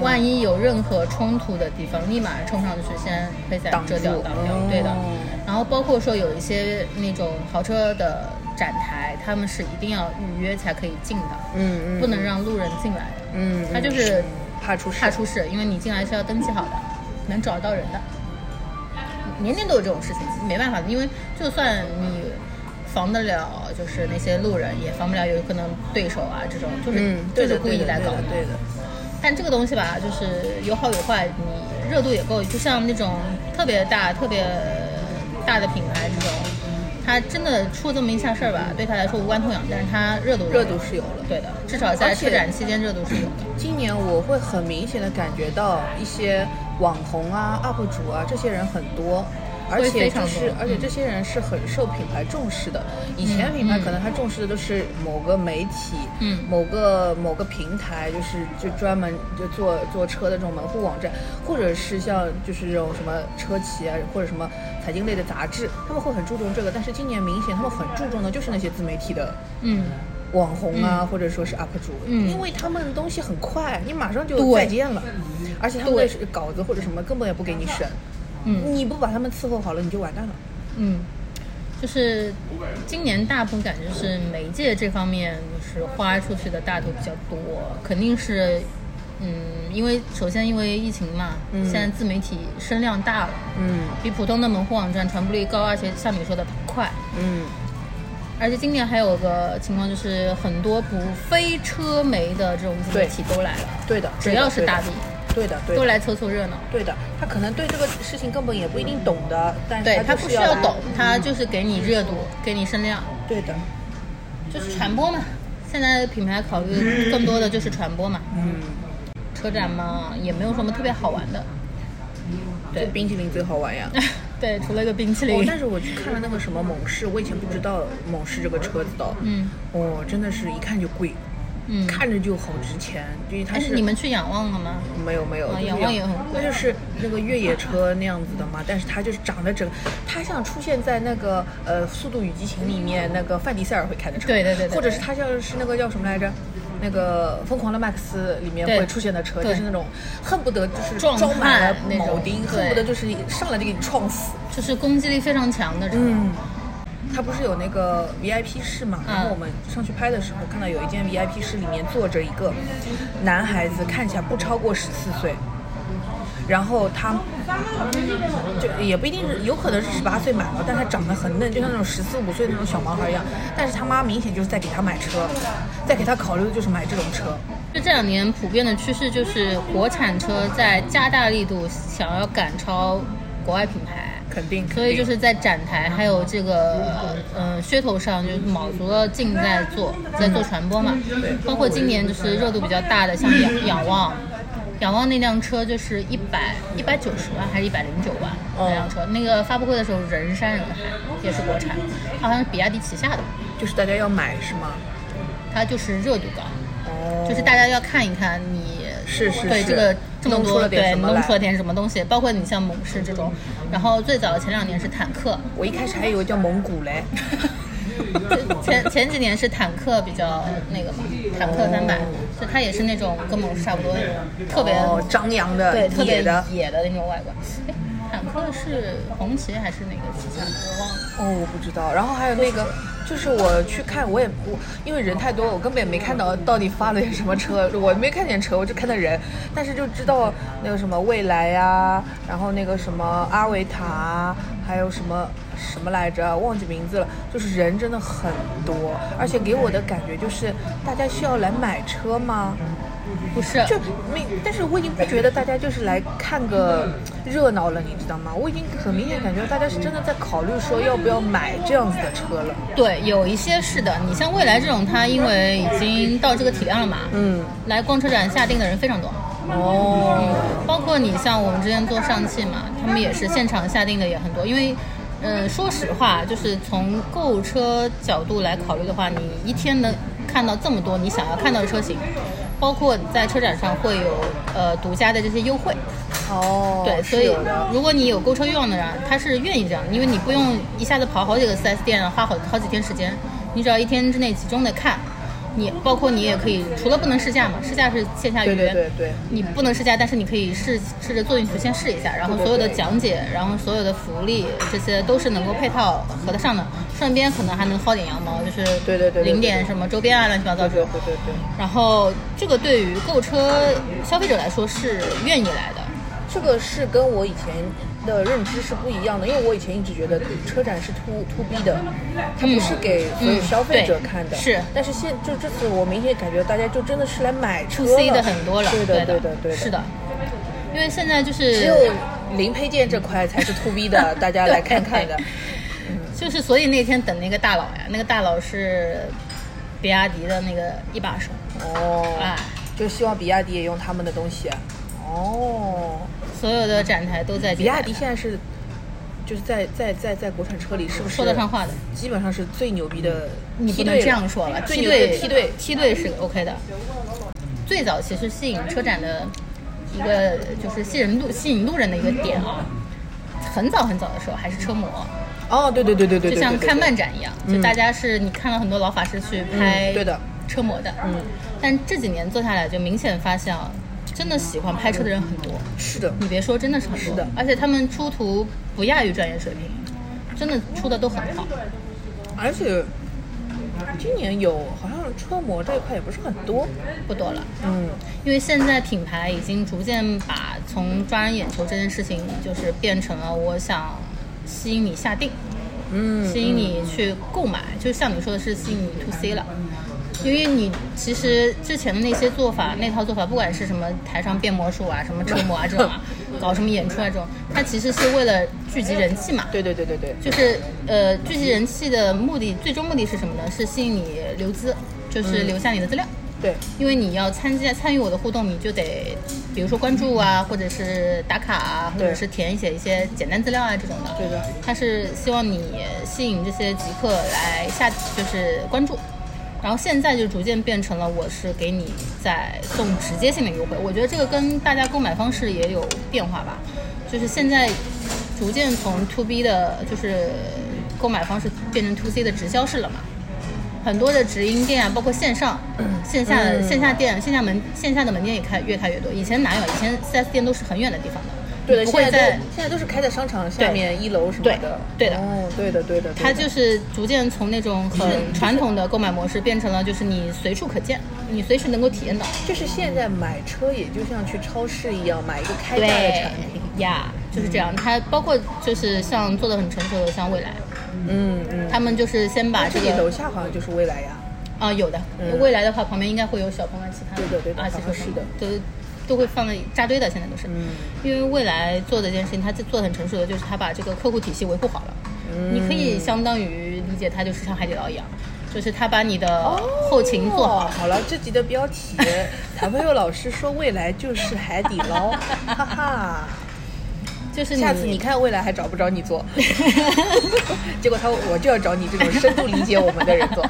D: 万一有任何冲突的地方，立马冲上去先被伞遮掉
C: 挡住
D: 挡掉，对的
C: 哦。
D: 然后包括说有一些那种豪车的展台，他们是一定要预约才可以进的，
C: 嗯嗯
D: 不能让路人进来的，
C: 嗯，
D: 他就是
C: 怕出事，
D: 怕出事，因为你进来是要登记好的，能找到人的。年年都有这种事情，没办法的，因为就算你防得了，就是那些路人也防不了，有可能对手啊这种，就是、
C: 嗯，
D: 就
C: 对
D: 是
C: 的，
D: 故
C: 对
D: 意
C: 的，
D: 来
C: 对
D: 搞
C: 的，对的，
D: 但这个东西吧，就是有好有坏，你热度也够。就像那种特别大、特别大的品牌这种，它真的出这么一下事儿吧，对它来说无关痛痒，但是它热度
C: 热度是有了。
D: 对的，至少在
C: 而且
D: 车展期间热度是有的。
C: 今年我会很明显的感觉到一些网红啊、UP 主啊这些人很多，而
D: 会非
C: 且
D: 常
C: 就
D: 多
C: 是
D: 嗯
C: 而且这些人是很受品牌重视的。以前品牌可能他重视的都是某个媒体，
D: 嗯
C: 某个某个平台，就是就专门就做做车的这种门户网站，或者是像就是这种什么车企啊，或者什么财经类的杂志，他们会很注重这个。但是今年明显他们很注重的就是那些自媒体的
D: 嗯，
C: 网红啊，或者说是 UP 主，
D: 嗯
C: 因为他们的东西很快，你马上就
D: 对
C: 再见了，而且他们
D: 对
C: 的稿子或者什么根本也不给你审，
D: 嗯
C: 你不把他们伺候好了，你就完蛋了。
D: 嗯，就是今年大部分感觉是媒介这方面就是花出去的大头比较多，肯定是，嗯，因为首先因为疫情嘛，
C: 嗯
D: 现在自媒体声量大了，
C: 嗯
D: 比普通的门户网站传播率高，而且像你说的快。
C: 嗯
D: 而且今年还有个情况就是，很多不非车媒的这种自媒体都来了，
C: 对的，
D: 只要是大 V
C: 对的，对的，
D: 都
C: 对的，
D: 来凑凑热闹。
C: 对的，他可能对这个事情根本也不一定懂的，但是
D: 对
C: 他
D: 他
C: 就
D: 不
C: 是
D: 需要
C: 来
D: 懂，
C: 嗯
D: 他就是给你热度，给你声量，
C: 对的，
D: 就是传播嘛。现在品牌考虑更多的就是传播嘛，
C: 嗯，
D: 车展嘛也没有什么特别好玩的。 <laughs>
C: 这
D: 对，
C: 冰淇淋最好玩呀。
D: 对，除了一个冰淇
C: 哦，
D: 淋
C: 但，是我去看了那个什么猛士，我以前不知道猛士这个车子的，
D: 嗯
C: 哦，真的是一看就贵，
D: 嗯。
C: 看着就好值钱，因为它
D: 但是你们去仰望了吗？
C: 没有没有，
D: 啊
C: 就是
D: 仰望也很贵
C: 它就是那个越野车那样子的嘛，但是它就是长得整，它像出现在那个呃《速度与激情》里面那个范迪塞尔会开的车，
D: 对对对对对
C: 或者是它像是那个叫什么来着？那个疯狂的麦克斯里面
D: 对
C: 会出现的车，
D: 对
C: 就是那种恨不得就是
D: 壮
C: 装满了
D: 汉那种
C: 铆钉，
D: 对
C: 恨不得就是上来就给你撞死。
D: 就是攻击力非常强的车。
C: 嗯，它不是有那个 VIP 室嘛？然后
D: 嗯
C: 我们上去拍的时候，看到有一间 VIP 室里面坐着一个男孩子，看起来不超过十四岁。然后他就也不一定是，有可能是十八岁买了，但他长得很嫩，就像那种十四五岁那种小毛孩一样。但是他妈明显就是在给他买车，在给他考虑的就是买这种车。
D: 就这两年普遍的趋势就是，国产车在加大力度想要赶超国外品牌，
C: 肯定肯定
D: 所以就是在展台还有这个呃噱头上，就是卯足了劲在做，在做传播嘛。包括今年就是热度比较大的，像仰仰望。仰望那辆车就是一百一百九十万还是一百零九万
C: 哦
D: 那辆车，那个发布会的时候人山人海，也是国产，好像是比亚迪旗下的，
C: 就是大家要买是吗？
D: 它就是热度高。
C: 哦
D: 就是大家要看一看你
C: 是是
D: 对
C: 是
D: 这个这么
C: 弄出
D: 多
C: 了点
D: 对
C: 什么来
D: 弄出了点什么东西，包括你像猛士这种，然后最早前两年是坦
C: <laughs>
D: 克，
C: 我一开始还以为叫蒙古嘞。
D: 就 <laughs> 前前几年是坦克比较那个嘛，坦克三百，就它也是那种跟猛士差不多，特别
C: 哦张扬的
D: 对，特别
C: 野的
D: 野的那种外观。哎，坦克是红旗还是哪个旗下？我忘了。
C: 哦，我不知道。然后还有那个，就是我去看，我也不因为人太多，我根本也没看到到底发了点什么车，我没看见车，我就看到人，但是就知道那个什么蔚来呀、然后那个什么阿维塔啊，还有什么什么来着，忘记名字了。就是人真的很多，而且给我的感觉就是大家需要来买车吗？
D: 不是，
C: <laughs> 就没，但是我已经不觉得大家就是来看个热闹了，你知道吗？我已经很明显感觉到大家是真的在考虑说要不要买这样子的车了。
D: 对，有一些是的。你像蔚来这种，它因为已经到这个体量了嘛，
C: 嗯，
D: 来逛车展下定的人非常多。嗯
C: 哦，
D: 包括你像我们之前做上汽嘛，他们也是现场下定的也很多，因为。嗯，说实话，就是从购车角度来考虑的话，你一天能看到这么多你想要看到的车型，包括你在车展上会有呃独家的这些优惠，
C: 哦，
D: 对，
C: 是
D: 所以
C: 有的
D: 如果你有购车欲望的人，他是愿意这样，因为你不用一下子跑好几个 4S 店，花好好几天时间，你只要一天之内集中的看，你包括你也可以，除了不能试驾嘛，试驾是线下
C: 对
D: 预
C: 对
D: 约，
C: 对对
D: 你不能试驾，但是你可以试试着坐进去先试一下，然后
C: 对对
D: 所有的
C: 对
D: 讲解，然后所有的福利这些都是能够配套合得上的，顺便可能还能薅点羊毛，就是
C: 对对对对对
D: 零点什么周边啊乱七八糟
C: 对
D: 这
C: 对
D: 种。
C: 对对。
D: 然后这个对于购车消费者来说是愿意来的，
C: 这个是跟我以前的认知是不一样的，因为我以前一直觉得车展是 to to B 的，它不是给所有消费者看的。
D: 嗯嗯对是
C: 但是现就这次我明显感觉大家就真的是来买车
D: to
C: 了
D: C 的很多了，
C: 对
D: 的，
C: 对的对的，
D: 是的，，因为现在就是
C: 只有零配件这块才是 to B
D: <laughs>
C: 的，大家来看看的。
D: 就是，所以那天等那个大佬呀，那个大佬是比亚迪的那个一把手，
C: 哦，
D: 哎，
C: 就希望比亚迪也用他们的东西。哦，
D: 所有的展台都在
C: 比亚迪现在是就是在在在在国产车里是不是
D: 说得上话的？嗯
C: 基本上是最牛逼的
D: 你不
C: 梯
D: 能
C: 队了，
D: 这样说了，
C: 最
D: 梯
C: 牛逼
D: 队
C: 的梯队。
D: 梯队是 OK 的。最早其实吸引车展的一个就是吸引路吸引路人的一个点啊，很早很早的时候还是车模，
C: 哦，对对对对对，
D: 就
C: 对
D: 像
C: 对对嗯
D: 看漫展一样，就大家是你看到很多老法师去拍
C: 嗯对的
D: 车模的，嗯，但这几年做下来就明显发现啊，真的喜欢拍车的人很多，
C: 是的，
D: 你别说，真的是很多，
C: 是的
D: 而且他们出图不亚于专业水平，真的出的都很好，
C: 而且今年有好像车模这一块也不是很多，
D: 不多了。
C: 嗯，
D: 因为现在品牌已经逐渐把从抓人眼球这件事情，就是变成了我想吸引你下定，
C: 嗯
D: 吸引你去购买，就像你说的是吸引你 to C 了。因为你其实之前的那些做法，那套做法，不管是什么台上变魔术啊，什么车模啊这种啊，搞什么演出啊这种，它其实是为了聚集人气嘛。
C: 对对对对对，
D: 就是呃，聚集人气的目的，最终目的是什么呢？是吸引你留资，就是
C: 嗯
D: 留下你的资料。
C: 对，
D: 因为你要参加参与我的互动，你就得比如说关注啊，或者是打卡啊，或
C: 对
D: 者是填写一些简单资料啊这种的。
C: 对的。
D: 它是希望你吸引这些极客来下，就是关注。然后现在就逐渐变成了，我是给你在送直接性的优惠。我觉得这个跟大家购买方式也有变化吧，就是现在逐渐从 to B 的，就是购买方式变成 to C 的直销式了嘛。很多的直营店啊，包括线上、线下
C: 嗯
D: 的、线下店、线下门、线下的门店也开越开越多。以前哪有？以前 4S 店都是很远的地方的，
C: 对的，
D: 你不
C: 现
D: 会
C: 在
D: 在
C: 都现在都是开在商场下
D: 对
C: 面一楼什么
D: 对
C: 的，
D: 对的
C: 哦，对的对的，对
D: 它
C: 的
D: 就是逐渐从那种很传统的购买模式变成了，就是你随处可见，你随时能够体验到。
C: 就是现在买车也就像去超市一样买一个开价的产品，
D: 呀就是这样。它包括就是像做的很成熟的，像蔚来，
C: 嗯嗯，
D: 他们就是先把这
C: 这里
D: 个
C: 楼下好像就是蔚来呀，
D: 啊、有的，
C: 嗯
D: 未来的话旁边应该会有小鹏啊，其他
C: 对的对的
D: 啊，
C: 好
D: 汽
C: 像
D: 车
C: 是的
D: 都都会放在扎堆的，现在都是。
C: 嗯
D: 因为未来做的一件事情，它做的很成熟的，就是它把这个客户体系维护好了。
C: 嗯
D: 你可以相当于理解它就是像海底捞一样，就是它把你的后勤做好
C: 哦，好了，这集的标题，谭朋友老师说未来就是海底捞，哈哈。
D: 就是
C: 下次你看未来还找不找你
D: <laughs>
C: 做，结果他我就要找你这种深度理解我们的人做。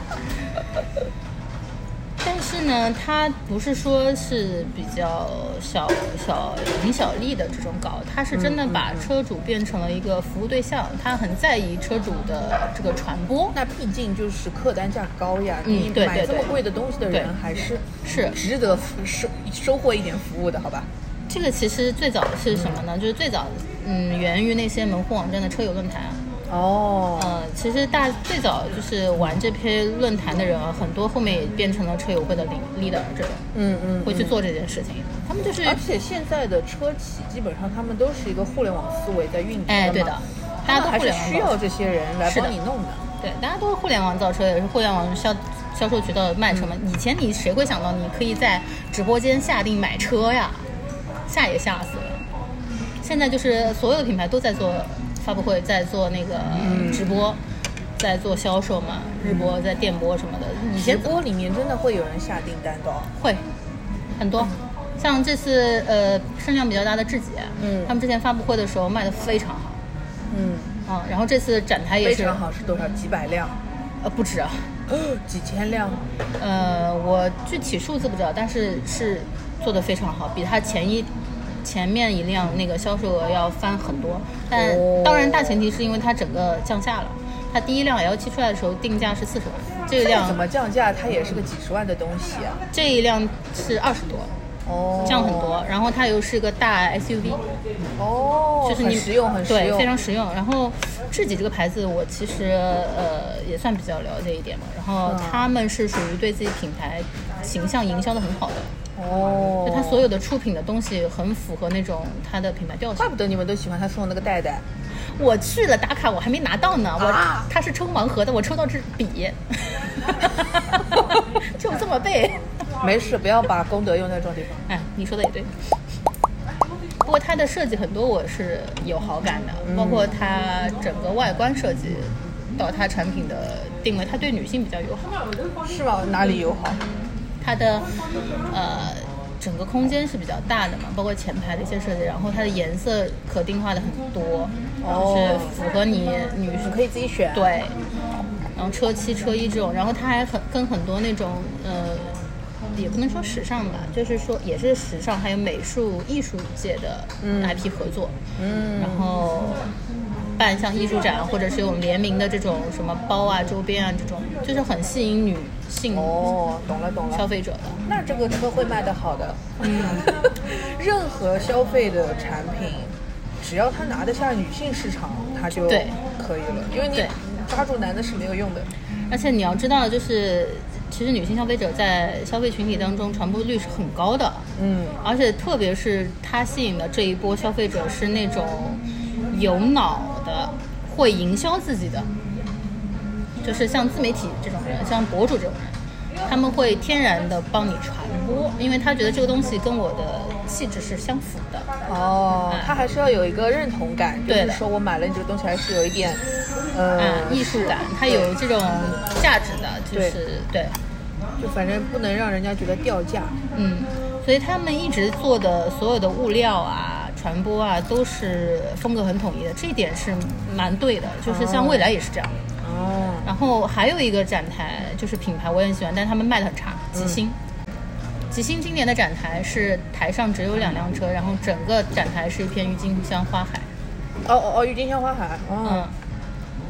D: 但是呢，它不是说是比较小小赢小利的这种搞，它是
C: 嗯
D: 真的把车主变成了一个服务对象，它很在意车主的这个传播。
C: 那毕竟就是客单价高呀，
D: 嗯
C: 你
D: 对
C: 买
D: 对
C: 这么
D: 对
C: 贵的东西的
D: 对
C: 人还是
D: 是
C: 值得服收收获一点服务的，好吧？
D: 这个其实最早是什么呢？就是最早，嗯，源于那些门户网站的车友论坛。啊
C: 哦，
D: 呃，其实大最早就是玩这批论坛的人啊，很多后面也变成了车友会的领 leader 这种，
C: 嗯嗯。
D: 会去做这件事情。他们就是，
C: 而且现在的车企基本上他们都是一个互联网思维在运营
D: 哎
C: 嘛
D: 对的
C: 他
D: 大家
C: 们
D: 都
C: 还
D: 互
C: 是
D: 联网
C: 需要这些人来
D: 是的
C: 帮你弄的。
D: 对，大家都是互联网造车，也是互联网销销售渠道卖车嘛。
C: 嗯
D: 以前你谁会想到你可以在直播间下定买车呀？吓也吓死了。现在就是所有的品牌都在做发布会，在做那个
C: 嗯
D: 直播，在做销售嘛，日播、在电播什么的。以
C: 直
D: 前
C: 播里面真的会有人下订单的哦，
D: 会很多，像这次呃声量比较大的智己，
C: 嗯
D: 他们之前发布会的时候卖的非常好，
C: 嗯，
D: 嗯，然后这次展台也
C: 非
D: 是
C: 常好，是多少？几百辆，
D: 呃不止啊，
C: <gasps> 几千辆，
D: 呃，我具体数字不知道，但是是做的非常好，比它前一前面一辆那个销售额要翻很多。但
C: 哦
D: 当然，大前提是因为它整个降价了，它第一辆 L 七出来的时候定价是四十万，这一
C: 再
D: 辆
C: 怎么降价，它也是个几十万的东西啊。
D: 这一辆是二十多，
C: 哦，
D: 降很多。然后它又是个大 SUV，
C: 哦，
D: 就是
C: 很
D: 你
C: 实用，很实
D: 对，
C: 用，
D: 非常实用。然后智己这个牌子，我其实呃也算比较了解一点嘛。然后
C: 嗯
D: 他们是属于对自己品牌形象营销的很好的，
C: 哦
D: 就。它所有的出品的东西很符合那种它的品牌调性
C: 怪。不得你们都喜欢他送的那个袋袋，
D: 我去了打卡，我还没拿到呢。我、
C: 啊
D: 它是抽盲盒的，我抽到支笔，就这么背。
C: 没事，不要把功德用在这种地方。
D: 哎，你说的也对。不过它的设计很多我是有好感的，包括它整个外观设计，到它产品的定位，它对女性比较友好，
C: 是吧？哪里友好？
D: 它的呃整个空间是比较大的嘛，包括前排的一些设计，然后它的颜色可定化的很多，
C: 哦
D: 是符合你女
C: 你可以自己选。，
D: 对，然后车漆、车衣这种，然后它还很跟很多那种呃，也不能说时尚吧，就是说也是时尚，还有美术艺术界的 IP 合作，
C: 嗯，
D: 然后办像艺术展或者是有联名的这种什么包啊、周边啊这种，就是很吸引女性
C: 哦，懂了懂
D: 消
C: 了。
D: 费者的。
C: 那这个车会卖得好的。
D: 嗯
C: 任何消费的产品，只要它拿得下女性市场，它就
D: 对
C: 可以了。因为你
D: 对
C: 抓住男的是没有用的。
D: 而且你要知道，就是其实女性消费者在消费群体当中传播率是很高的，
C: 嗯，
D: 而且特别是它吸引的这一波消费者是那种有脑的，会营销自己的，就是像自媒体这种人，像博主这种人，他们会天然的帮你传播，因为他觉得这个东西跟我的气质是相符的，啊
C: 哦，它还是要有一个认同感，就
D: 嗯对
C: 是
D: 的
C: 说我买了你这个东西，还是有一点，呃，
D: 嗯，艺术感，它有这种价值的，就是对
C: 就反正不能让人家觉得掉价。
D: 嗯，所以他们一直做的所有的物料啊、传播啊，都是风格很统一的，这一点是蛮对的。就是像未来也是这样。
C: 哦，
D: 然后还有一个展台就是品牌，我也很喜欢，但是他们卖的很差，吉星。吉星今年的展台是台上只有两辆车，然后整个展台是一片郁金香花海。
C: 哦哦哦，郁金香花海，
D: 嗯
C: 哦，，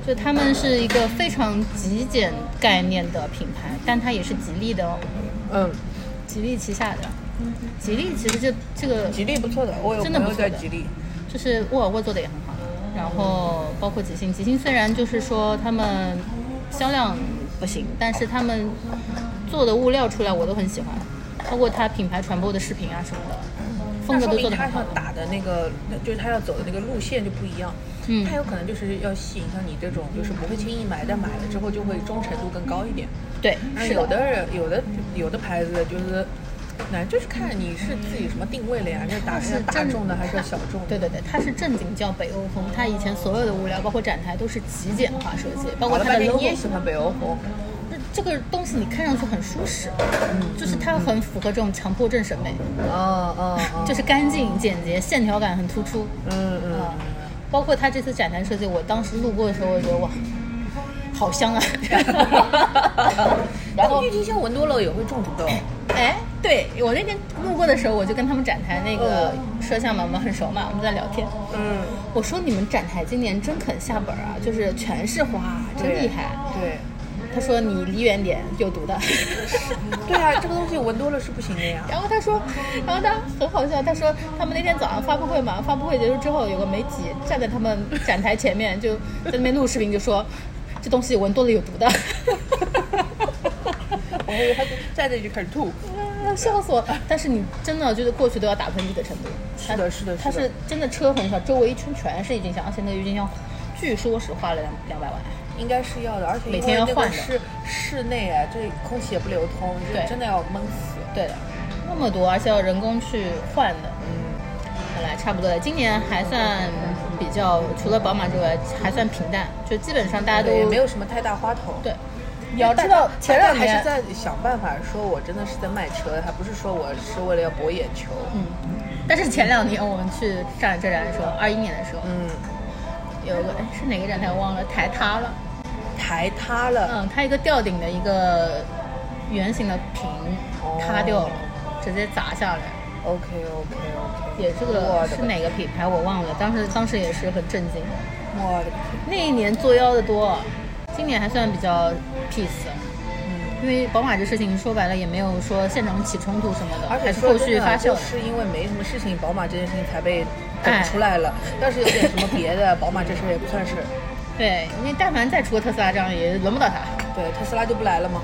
D: 就他们是一个非常极简概念的品牌，但它也是吉利的哦，
C: 嗯，
D: 吉利旗下的。吉利其实这这个
C: 吉利不错的，我有
D: 真的
C: 朋
D: 不
C: 友
D: 错
C: 在
D: 的
C: 吉利，嗯
D: 就是沃尔沃做的也很好，然后包括吉星，吉星虽然就是说他们销量不行，但是他们做的物料出来我都很喜欢，包括它品牌传播的视频啊什么的，风
C: 那
D: 格
C: 说
D: 都
C: 明
D: 做的
C: 他
D: 很好
C: 想。打的那个，那就是他要走的那个路线就不一样。
D: 嗯
C: 他有可能就是要吸引像你这种，就是不会轻易买，但买了之后就会忠诚度更高一点。
D: 对，
C: 而
D: 是
C: 嗯有的人，有的有的牌子就是，那就是看你是自己什么定位了呀，你是打
D: 是
C: 是大
D: 正
C: 众的还是小众的？
D: 对对对，它是正经叫北欧风，它以前所有的物料，包括展台都是极简化设计，
C: 搞
D: 包括
C: 了
D: 它
C: 半
D: 的
C: 天你也
D: logo，
C: 喜欢北欧风，
D: 那这个东西你看上去很舒适，
C: 嗯
D: 就是它很符合这种强迫症审美，
C: 哦哦哦，
D: 就是干净简洁，线条感很突出。
C: 嗯嗯，
D: 啊，包括他这次展台设计，我当时路过的时候，我觉得哇，好香啊！然
C: <laughs>
D: 后
C: 郁，金香闻多了也会中毒的哦。
D: 哎，对我那天路过的时候，我就跟他们展台那个摄像嘛，我们很熟嘛，我们在聊天。
C: 嗯，
D: 我说你们展台今年真肯下本啊，就是全是花，真厉害。啊
C: 对。
D: 他说你离远点，有毒的。 <laughs>
C: 对啊，这个东西闻多了是不行的呀。
D: 然后他说，然后他很好笑，他说他们那天早上发布会嘛，发布会结束之后，有个媒体站在他们展台前面，就在那边录视频，就说这东西闻多了有毒的， <laughs>
C: 我以为他就站着就开始吐。
D: 啊笑死我！但是你真的就是过去都要打喷嚏的程度，
C: 是的是的是的
D: 他是真的车很少，周围一圈全是郁金香，而且那个郁金香，据说是花了两两百万，
C: 应该是要的，而且
D: 每天要换的
C: 是室内哎，这空气也不流通，
D: 对
C: 这真的要闷死。
D: 对的，那么多，而且要人工去换的，
C: 嗯，
D: 好啦，差不多了。今年还算比较，除了宝马之外，还算平淡，就基本上大家都
C: 对，也没有什么太大花头。
D: 对。
C: 但，
D: 你要知道
C: 但
D: 前两
C: 还
D: 年
C: 是在想办法，说我真的是在卖车，还不是说我是为了要博眼球。
D: 嗯，但是前两年我们去站这站的时候，二一年的时候，
C: 嗯，
D: 有个哎是哪个站台我忘了，台塌了，
C: 台塌了，
D: 嗯，它一个吊顶的一个圆形的屏
C: 哦
D: 塌掉了，直接砸下来。
C: OK OK OK，
D: 也这
C: 我
D: 个
C: 的
D: 是哪个品牌我忘了，当时当时也是很震惊。
C: 我的
D: 那一年作妖的多，今年还算比较 peace，嗯，因为宝马这事情说白了也没有说现场起冲突什么的，
C: 而且
D: 还是
C: 说
D: 后续
C: 真的啊
D: 发酵
C: 就
D: 的。
C: 是因为没什么事情，宝马这件事情才被
D: 哎
C: 整出来了。要是有点什么别的，宝马这事儿也不算事。
D: 对，因为但凡再出个特斯拉这样，也轮不到他。
C: 对，特斯拉就不来了 <laughs> 嘛，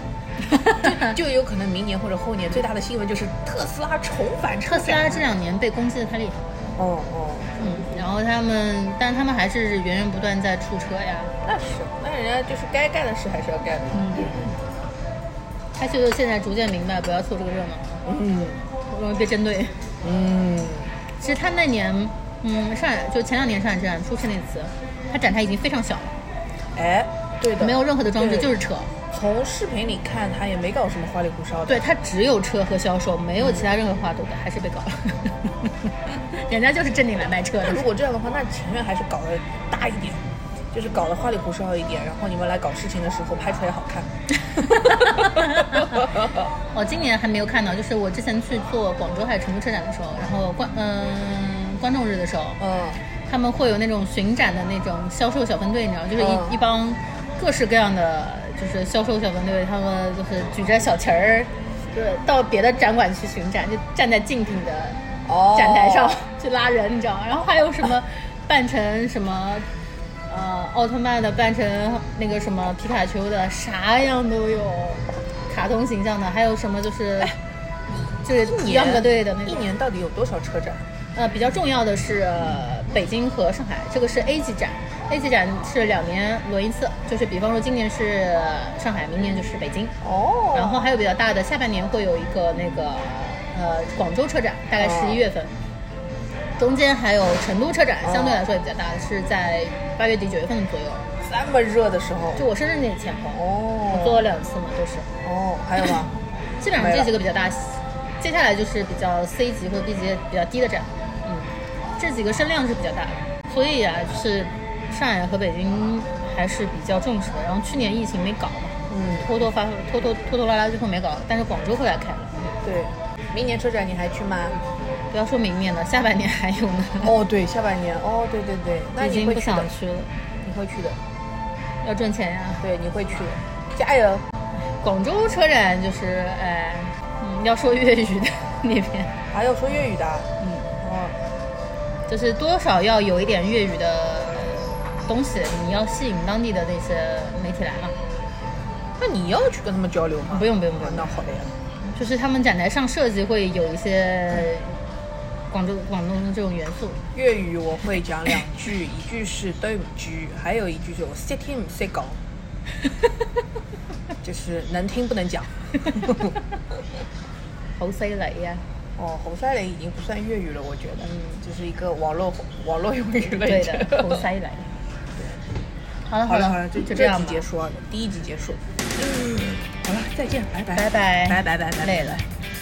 C: 就有可能明年或者后年最大的新闻就是特斯拉重返车
D: 特斯
C: 展。
D: 拉这两年被攻击的太厉害了，
C: 哦哦，
D: 嗯，然后他们，但他们还是源源不断在出车呀。
C: 那是，那人家就是该干的事还是要干的。
D: 他就是现在逐渐明白，不要凑这个热闹，
C: 嗯
D: 容易被针对。
C: 嗯，
D: 其实他那年，嗯，上海就前两年上海车展出现那次，他展台已经非常小了，
C: 哎，对的，
D: 没有任何的装置，
C: 对
D: 就是车。
C: 从视频里看，他也没搞什么花里胡哨的。
D: 对，他只有车和销售，没有其他任何花朵的，还是被搞了。人家就是正经来卖车
C: 如
D: 的，
C: 果这样的话，那前面还是搞得大一点，就是搞得花里胡哨一点，然后你们来搞事情的时候拍出来也好 <laughs> 看。
D: 我呃今年还没有看到，就是我之前去做广州还是成都车展的时候，然后观嗯、观众日的时候，
C: 嗯，
D: 他们会有那种巡展的那种销售小分队，你知道，就是一、
C: 嗯
D: 一帮各式各样的就是销售小分队，他们就是举着小旗儿，就是到别的展馆去巡展，就站在竞品的
C: 哦
D: 展台上、去拉人，你知道吗？然后还有什么扮成什么。呃，奥特曼的扮成那个什么皮卡丘的，啥样都有，卡通形象的，还有什么就是，就是
C: 一年
D: 秧歌队的那种
C: 哎一。年到底有多少车展？
D: 呃，比较重要的是、呃北京和上海，这个是 A 级展，A 级展是两年轮一次，就是比方说今年是呃上海，明年就是北京，
C: 哦
D: 然后还有比较大的，下半年会有一个那个呃广州车展，大概
C: 哦
D: 十一月份。中间还有成都车展，
C: 哦
D: 相对来说也比较大，是在八月底九月份左右。
C: 这么热的时候，
D: 就我生日那前后，
C: 哦，
D: 我做了两次嘛，就是
C: 哦，还有
D: <laughs>
C: 吗？
D: 基本上
C: 没
D: 这
C: 了
D: 几个比较大。接下来就是比较 C 级或者 B 级比较低的展，嗯，这几个声量是比较大的，所以啊，就是上海和北京还是比较重视的。然后去年疫情没搞嘛，
C: 嗯，
D: 拖拖发拖拖拖拖拉拉，最后没搞。但是广州回来开了，
C: 对，明年车展你还去吗？
D: 不要说明年了，下半年还有呢。
C: 哦，对，下半年。哦，对对对， <laughs> 那
D: 嗯已
C: 你
D: 经
C: 会
D: 不
C: 去的
D: 想，去了，
C: 你会去的，
D: 要赚钱呀、
C: 对，你会去的，加油！
D: 广州车展就是，哎，嗯，要说粤语的那边，
C: 还要说粤语的，啊
D: 嗯。
C: 哦，
D: 就是多少要有一点粤语的东西，你要吸引当地的那些媒体来嘛。
C: 那你要去跟他们交流吗？
D: 不用不用不
C: 啊
D: 用，
C: 那好的呀。
D: 就是他们展台上设计会有一些广州广东的这种元素。
C: 粤语我会讲两句，一句是对唔
D: <laughs>
C: 住，还有一句就是我识听唔识讲，就是能听不能
D: <laughs>
C: 讲。
D: 好犀利呀！
C: 哦，侯赛雷已经不算粤语了，我觉得，嗯，就是一个网络网络用语了。
D: 对
C: 已经 <laughs>
D: 的，好犀利。好了
C: 好了
D: 了
C: 好 <laughs> 了，这
D: 就这
C: 这
D: 样
C: 集
D: 吧
C: 结束，啊，第一集结束。好了，再见，拜拜，
D: 拜拜
C: 拜拜拜拜，
D: 累了。
C: 拜